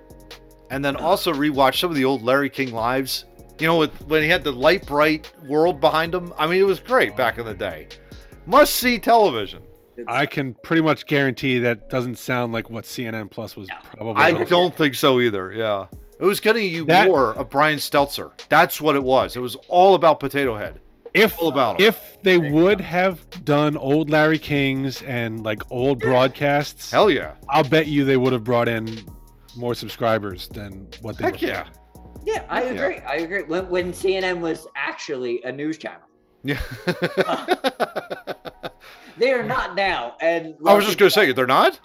and then also rewatch some of the old Larry King lives. You know, with when he had the light bright world behind him. I mean, it was great back in the day. Must see television. I can pretty much guarantee that doesn't sound like what CNN Plus was No. probably. I like. don't think so either. Yeah, it was getting you Oh, That- more of Brian Stelzer. That's what it was. It was all about Potato Head. If All about him. if they would have done old Larry Kings and like old broadcasts, Hell yeah, I'll bet you they would have brought in more subscribers than what they. heck were. yeah, yeah i Yeah. agree i agree when, when cnn was actually a news channel yeah. they are not now and Mm. I was just gonna say, they're not.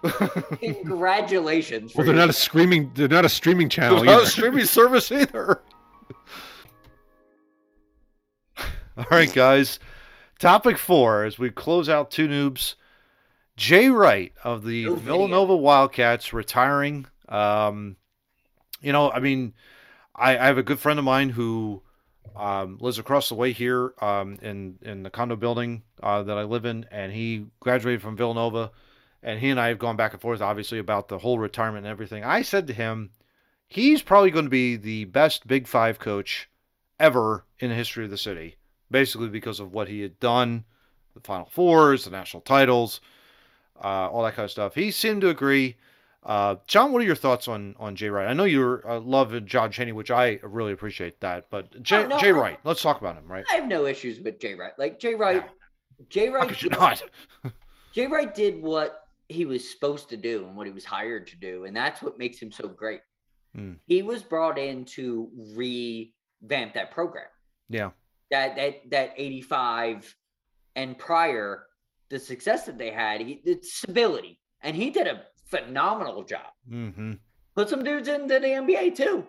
congratulations for Well, they're your- not a screaming. They're not a streaming channel. Without either. streaming service either. All right, guys. Topic four as we close out two noobs. Jay Wright of the No video. Villanova Wildcats retiring. Um, you know, I mean, I, I have a good friend of mine who um, lives across the way here um, in in the condo building uh, that I live in, and he graduated from Villanova, and he and I have gone back and forth, obviously, about the whole retirement and everything. I said to him, he's probably going to be the best Big Five coach ever in the history of the city, basically because of what he had done, the Final Fours, the national titles, uh, all that kind of stuff. He seemed to agree. Uh, John, what are your thoughts on on Jay Wright? I know you're uh, love John Cheney, which I really appreciate that, but Jay, Oh, no, Jay I- Wright, let's talk about him, right? I have no issues with Jay Wright. Like Jay Wright, Jay How Wright, could you not? Jay Wright did what he was supposed to do and what he was hired to do, and that's what makes him so great. Hmm. He was brought in to revamp that program. Yeah. That that that 85 and prior, the success that they had, he the stability. And he did a phenomenal job. Mm-hmm. Put some dudes into the NBA too.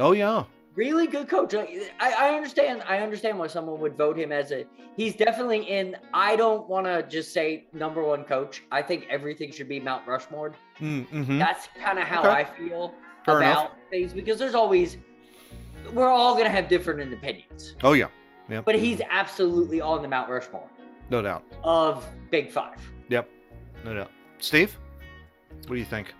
Oh yeah. really good coach. Like, I, I understand. I understand why someone would vote him as a. He's definitely in. I don't want to just say number one coach. I think everything should be Mount Rushmore. Mm-hmm. That's kind of how Okay. I feel Fair about enough. things because there's always we're all gonna have different opinions. Oh yeah. But he's absolutely on the Mount Rushmore No doubt. of Big Five. Yep. No doubt. Steve, what do you think?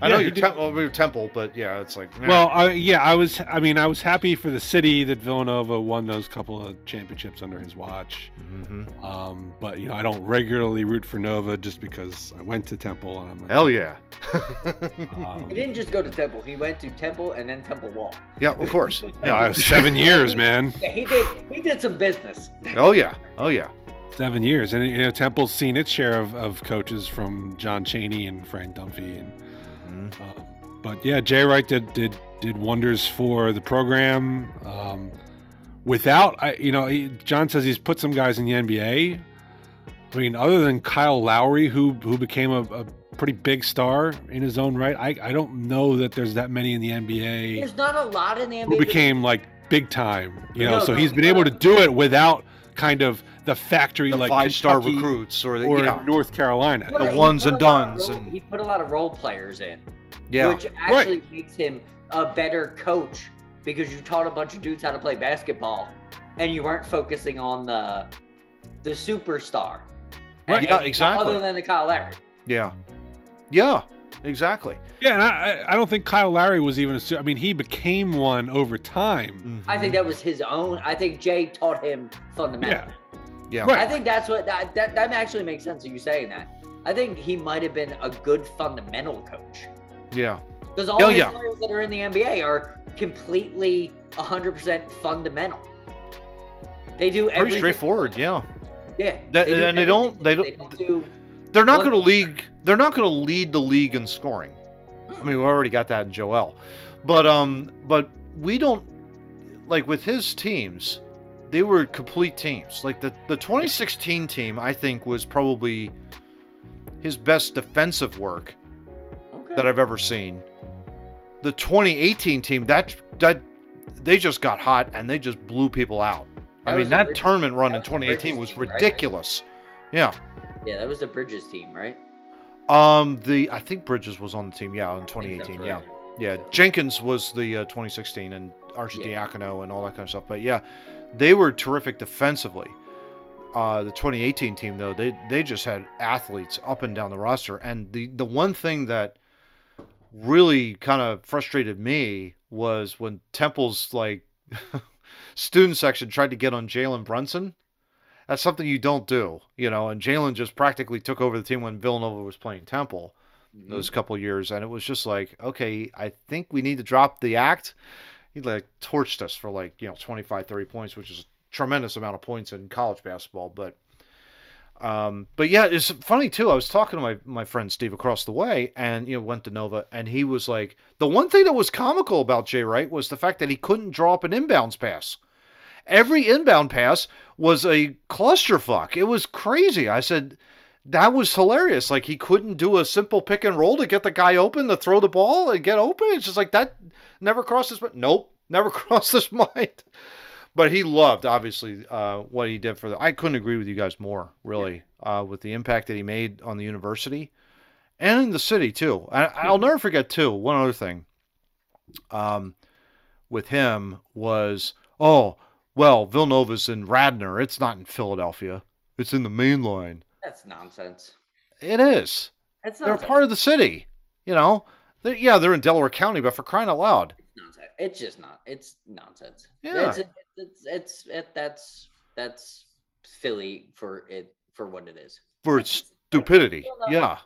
I Yeah, know he you're did- temp- well, we were Temple, but yeah, it's like meh. Well, I, yeah, I was. I mean, I was happy for the city that Villanova won those couple of championships under his watch. Mhm. Um, but you know, I don't regularly root for Nova just because I went to Temple and I'm. a- Hell yeah. um, He didn't just go to Temple. He went to Temple and then Temple Wall. yeah, of course. yeah, I was seven years, man. Yeah, he did. He did some business. Oh yeah. Oh yeah. Seven years, and you know, Temple's seen its share of, of coaches from John Cheney and Frank Dunphy and Mhm. Uh, but yeah, Jay Wright did did did wonders for the program. Um, without, I, you know, he, John says he's put some guys in the NBA. I mean, other than Kyle Lowry, who who became a, a pretty big star in his own right, I, I don't know that there's that many in the NBA There's not a lot in the NBA. who became like big time. You know, No, so no, he's been no. able to do it without kind of the factory The like five star Kentucky recruits or the or yeah. North Carolina. Well, the he ones put and a lot of duns role- and- he put a lot of role players in, yeah. which actually makes him a better coach because you taught a bunch of dudes how to play basketball, and you weren't focusing on the the superstar. Right. And- Yeah, and exactly. Other than the Kyle Larry, Yeah. Yeah. Exactly. Yeah, and I, I- I don't think Kyle Lowry was even a su- I mean, he became one over time. I think that was his own. I think Jay taught him fundamentals. Yeah. Right. I think that's what that, that that actually makes sense of you saying that. I think he might have been a good fundamental coach. Yeah. Because all Hell these Oh, yeah. players that are in the NBA are completely 100% fundamental. They do Pretty everything. straightforward. Yeah. Yeah. That- do and they don't- they everything. don't- They do They're not Look- going to league. They're not going to lead the league in scoring. I mean, we already got that in Joel, but um, but we don't like with his teams. They were complete teams. Like the the 2016 team, I think was probably his best defensive work okay. that I've ever seen. The 2018 team, that that they just got hot and they just blew people out. That I mean, was a that rich- tournament run that in was a 2018 was Bridges team, right? ridiculous. Yeah. yeah, that was the Bridges team, right? Um, the I think Bridges was on the team. Yeah, in I think that's 2018. Yeah, right. yeah. Jenkins was the uh, 2016, and Archie Yeah. Diacono and all that kind of stuff. But yeah, they were terrific defensively. Uh, the 2018 team though, they they just had athletes up and down the roster. And the the one thing that really kind of frustrated me was when Temple's like student section tried to get on Jalen Brunson. That's something you don't do, you know. And Jalen just practically took over the team when Villanova was playing Temple Mm-hmm. those couple years, and it was just like, okay, I think we need to drop the act. He like torched us for like you know 25, 30 points, which is a tremendous amount of points in college basketball. But, um, but yeah, it's funny too. I was talking to my my friend Steve across the way, and you know went to Nova, and he was like, the one thing that was comical about Jay Wright was the fact that he couldn't draw up an inbounds pass. Every inbound pass was a clusterfuck. It was crazy. I said, that was hilarious. Like he couldn't do a simple pick and roll to get the guy open to throw the ball and get open. It's just like that never crossed his mind. Nope, never crossed his mind. But he loved obviously uh, what he did for the. I couldn't agree with you guys more, really, uh, with the impact that he made on the university and in the city too. I, I'll never forget too. One other thing, um, with him was, oh, well, Villanova's in Radnor. It's not in Philadelphia. It's in the main line. That's nonsense. It is. That's They're nonsense. part of the city. You know, They're, yeah, they're in Delaware County, but for crying out loud, nonsense. It's just not. It's nonsense. Yeah. It's it's, it's it, that's that's Philly for it for what it is. for its stupidity. Yeah.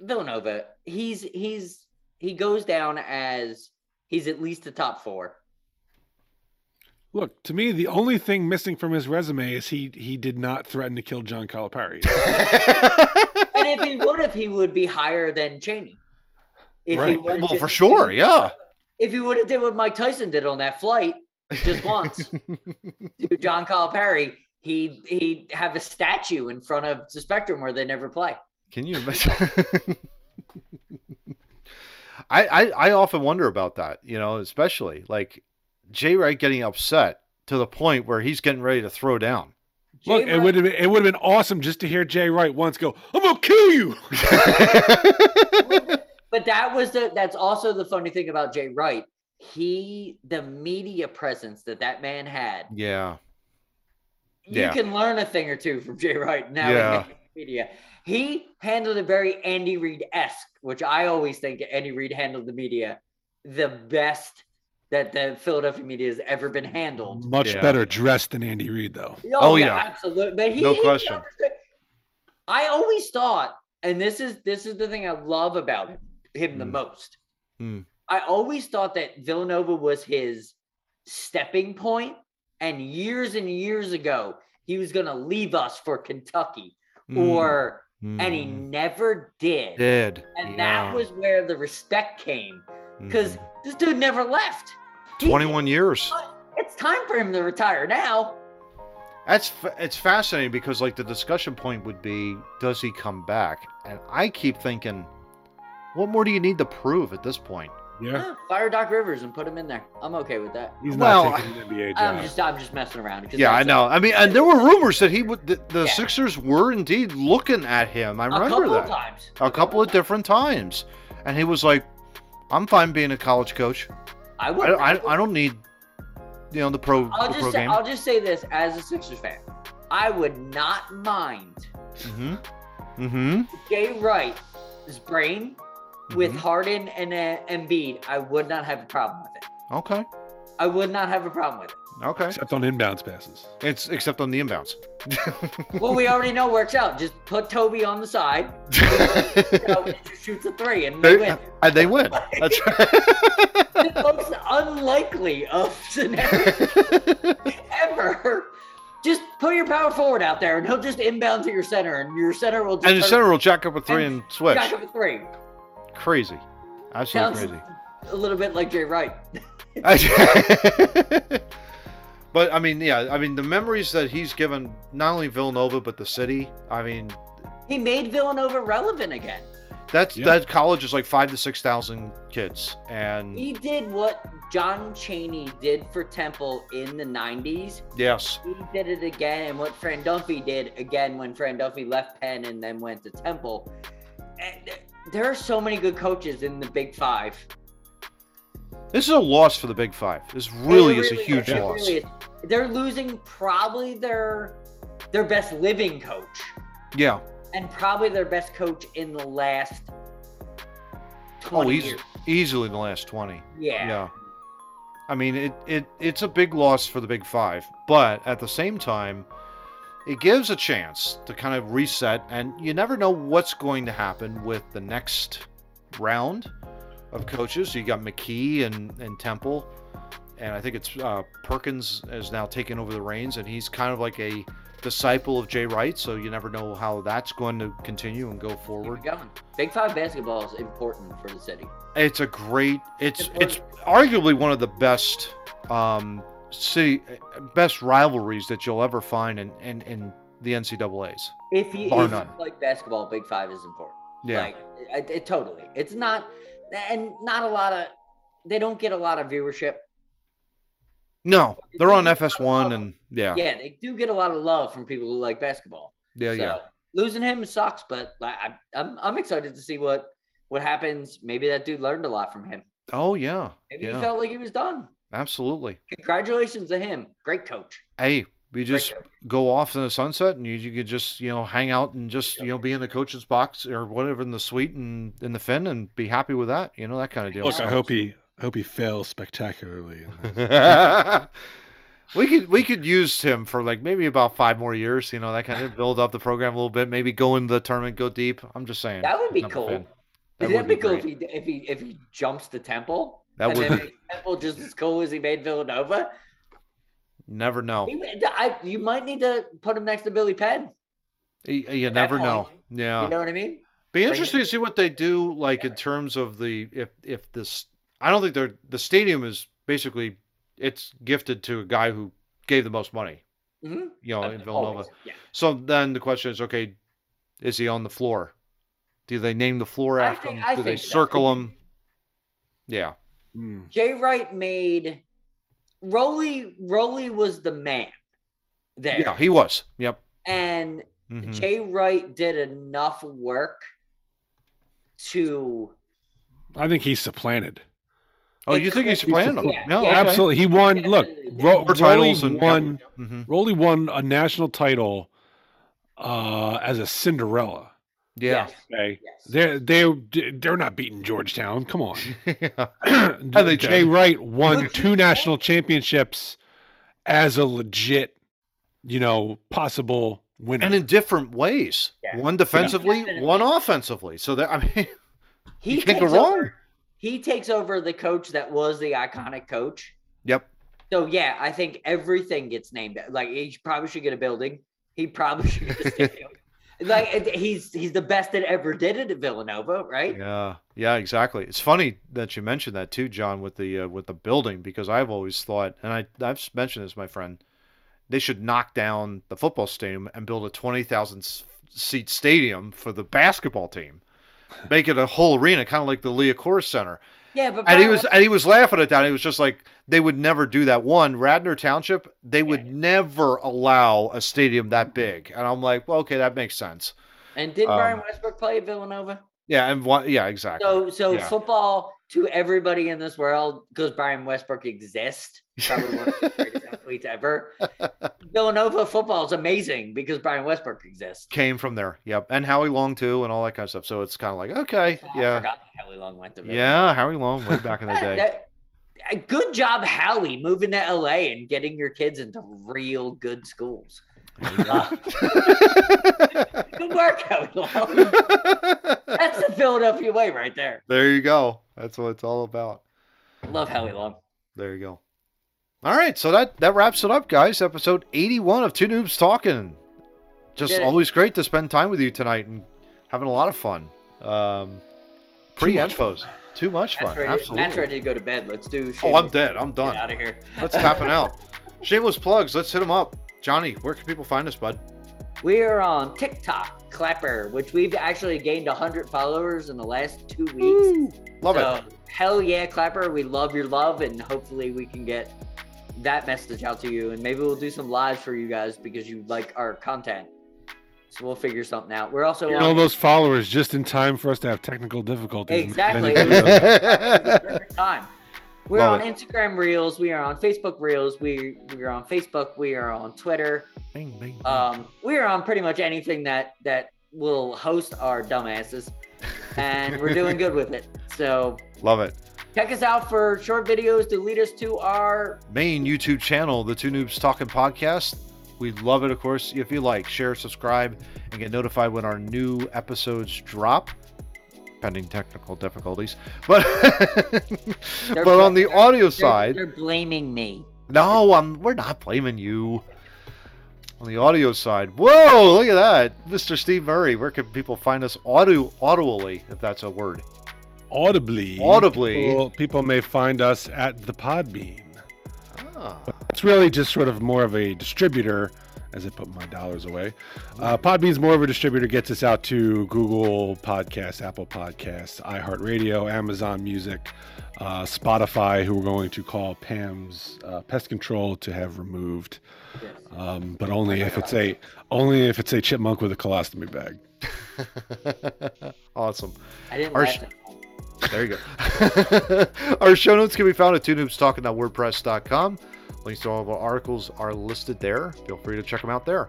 Villanova, he's he's he goes down as he's at least the top four. Look, to me, the only thing missing from his resume is he he did not threaten to kill John Calipari. And if he would have, he would be higher than Cheney. If he Right. would've well, did- for sure. Yeah. If he would have did what Mike Tyson did on that flight just once to John Calipari, he he'd have a statue in front of the Spectrum where they never play. Can you imagine? I, I I often wonder about that, you know, especially like Jay Wright getting upset to the point where he's getting ready to throw down. Look, Jay it Wright- would have been, it would have been awesome just to hear Jay Wright once go, "I'm gonna kill you." But that was the that's also the funny thing about Jay Wright. He the media presence that that man had. yeah. You Yeah. can learn a thing or two from Jay Wright now. in Yeah. Media. He handled it very Andy Reid esque, which I always think Andy Reid handled the media the best that the Philadelphia media has ever been handled. Much Yeah. better dressed than Andy Reid, though. Oh, yeah. absolutely. But he, No he question. understood- I always thought, and this is this is the thing I love about him, him the Mm. most. Mm. I always thought that Villanova was his stepping point, and years and years ago he was going to leave us for Kentucky, or and he never did. did. And Mm. Mm-hmm. Yeah. that was where the respect came because Mhm. this dude never left. He- 21 years. It's time for him to retire now. That's fa- it's fascinating because like the discussion point would be does he come back? And I keep thinking what more do you need to prove at this point? Yeah, Yeah, fire Doc Rivers and put him in there. I'm okay with that. he's not Well, taking an NBA I'm job. just I'm just messing around. 'cause Yeah, I that's know. I mean, and there were rumors that he would. The, the Yeah. Sixers were indeed looking at him. I A remember couple that of times. a couple of different times, and he was like, "I'm fine being a college coach. I would. I, I, I don't need, you know, the pro I'll the pro just say, game." I'll just say this as a Sixers fan, I would not mind hmm hmm Jay Wright's brain with Mm-hmm. Harden and uh, Embiid. I would not have a problem with it. Okay. I would not have a problem with it. Okay. Except on inbounds passes. It's except on the inbounds. Well, we already know works out. Just put Toby on the side, you know, and just shoots a three, and they win. and they win. That's right. the most unlikely of scenarios ever. Just put your power forward out there, and he'll just inbound to your center, and your center will just and the turn- center will jack up a three and, And switch. jack up a three. Crazy. Absolutely Sounds- crazy. A little bit like Jay Wright. I- but I mean, yeah, I mean the memories that he's given not only Villanova but the city. I mean, He made Villanova relevant again. that's Yeah. that college is like five to six thousand kids, and He did what John Cheney did for Temple in the '90s. yes, He did it again, and what Fran Dunphy did again when Fran Dunphy left Penn and then went to Temple. And th- there are so many good coaches in the Big Five. this is a loss for the Big Five. This It really, is a huge it loss. really is. They're losing probably their their best living coach Yeah, and probably their best coach in the last oh, 20 easily, years. easily in the last twenty. Yeah. yeah. I mean, it, it it's a big loss for the Big Five, but at the same time, it gives a chance to kind of reset, and you never know what's going to happen with the next round of coaches. You got McKee and, and Temple, and I think it's uh, Perkins is now taking over the reins, and he's kind of like a disciple of Jay Wright, so you never know how that's going to continue and go Keep forward. it going. Big Five basketball is important for the city. It's a great. It's It it's arguably one of the best um city best rivalries that you'll ever find in in, in the NCAA's. If you, Bar if you none. like basketball, Big Five is important. Yeah, Like, it, it totally. It's not, and not a lot of, they don't get a lot of viewership. no, they're on FS1 and yeah, Yeah, they do get a lot of love from people who like basketball. yeah, yeah. So, Losing him sucks, but like, I, I'm I'm excited to see what what happens. Maybe that dude learned a lot from him. Oh yeah, Maybe he yeah, felt like he was done. absolutely. Congratulations to him. Great coach. Hey, we Great just coach. go off in the sunset, and you, you could just you know hang out and just you know be in the coach's box or whatever in the suite and in the fin and be happy with that. You know that kind of deal. Look, I hope he I hope he fails spectacularly. in this. we could we could use him for like maybe about five more years. You know that kind of build up the program a little bit. Maybe go into the tournament, go deep. I'm just saying That would be I'm a cool. fan. That That'd would be be cool if he if he if he jumps to Temple. That and would then be- makes Temple just as cool as he made Villanova. Never know. He- I, you might need to put him next to Billy Penn. You, you that never point, know. Yeah. You know what I mean? Be Bring interesting it- to see what they do, like in terms of the if if this. I don't think they're the stadium is basically it's gifted to a guy who gave the most money, hmm you know, Oh, in Villanova. Yeah. So then the question is, okay, is he on the floor? Do they name the floor I after think- him? I do they think that- circle him? Yeah, Hmm. Jay Wright made Rowley. Rowley was the man there, yeah, he was. Yep. and Mhm. Jay Wright did enough work to I think he's supplanted. Oh, it you think could he's be playing him? supplanted. No, Yeah. okay. Absolutely, he won. Look, Ro- More Rowley titles and yeah. won. Mhm. Rowley won a national title uh, as a Cinderella. Yeah. yes, Okay, yes. they're they are they're not beating Georgetown. Come on, yeah. Jay they did. Wright won two national championships as a legit, you know, possible winner. and in different ways. Yeah. One defensively, Definitely. one offensively. So that I mean, he you can't go takes wrong. Over, he takes over the coach that was the iconic coach. yep. So yeah, I think everything gets named. Like he probably should get a building. He probably should get a stadium. like it- he's he's the best that ever did it at Villanova, right? Yeah. Yeah. Exactly. It's funny that you mentioned that too, John, with the uh, with the building, because I've always thought, and I I've s- mentioned this, my friend, they should knock down the football stadium and build a twenty thousand seat stadium for the basketball team. Make it a whole arena, kind of like the Leah Core Center. Yeah, but And he Brian, was and he was laughing at that. He was just like, they would never do that. One, Radnor Township, they would never allow a stadium that big. And I'm like, well, okay, that makes sense. and did um, Brian Westbrook play at Villanova? Yeah, and one, yeah, exactly. So so yeah. football to everybody in this world because Brian Westbrook exists. Probably one of the greatest athletes ever. Villanova football is amazing because Brian Westbrook exists. Came from there. Yep. And Howie Long too, and all that kind of stuff. So it's kind of like, okay, I yeah. forgot Howie Long went to Villanova. Yeah, Howie Long way back in the That- day. that- uh, good job, Howie, moving to LA and getting your kids into real good schools. Uh, good work, Howie Long. That's the Philadelphia way right there. there you go. That's what it's all about. Love Howie Long. There you go. All right, so that that wraps it up, guys. Episode eighty-one of Two Noobs Talking. Just Did it. always great to spend time with you tonight and having a lot of fun. Um, pre much infos, too much fun. That's ready, Absolutely. that's ready to go to bed. Let's do. Oh, I'm dead. I'm done. Out of here. Let's tap it out. Shameless plugs. Let's hit them up. Johnny, where can people find us, bud? We are on TikTok Clapper, which we've actually gained 100 followers in the last two weeks. Love so, hell yeah, Clapper. We love your love, and hopefully we can get that message out to you. And maybe we'll do some lives for you guys because you like our content. So we'll figure something out. We're also all on those followers just in time for us to have technical difficulties. Exactly. it. perfect time. We're Love on Instagram Reels. We are on Facebook Reels. We we are on Facebook. We are on Twitter. Bing, bing, bing. Uh, Um, we are on pretty much anything that that will host our dumbasses, and we're doing good with it. So Love it. check us out for short videos to lead us to our main YouTube channel, the Two Noobs Talking Podcast. We love it, of course. If you like, share, subscribe, and get notified when our new episodes drop, pending technical difficulties. But but on the audio they're- side, They're blaming me. no, I'm, we're not blaming you. On the audio side, whoa, look at that, Mr. Steve Murray. Where can people find us audio audibly, if that's a word? Audibly, Audibly. people, people may find us at the Podbean. Ah, It's really just sort of more of a distributor, as I put my dollars away. Uh, Podbean's more of a distributor, gets us out to Google Podcasts, Apple Podcasts, iHeartRadio, Amazon Music, uh, Spotify, who we're going to call Pam's uh, Pest Control to have removed, Yes. um, but only if it's a only if it's a chipmunk with a colostomy bag. awesome. I didn't. Our laugh sh- at all. There you go. our show notes can be found at twonoobstalking.wordpress.com. Links to all of our articles are listed there. Feel free to check them out there.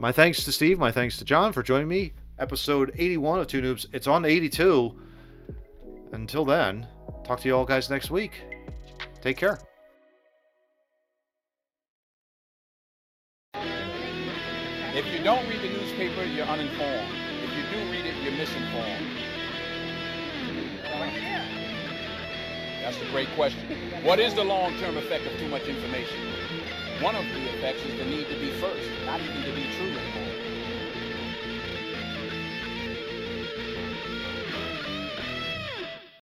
My thanks to Steve. My thanks to John for joining me. Episode 81 of Two Noobs. It's on to 82. Until then, talk to you all guys next week. Take care. If you don't read the newspaper, you're uninformed. If you do read it, you're misinformed. That's a great question. What is the long-term effect of too much information? One of the effects is the need to be first, not even to be true anymore.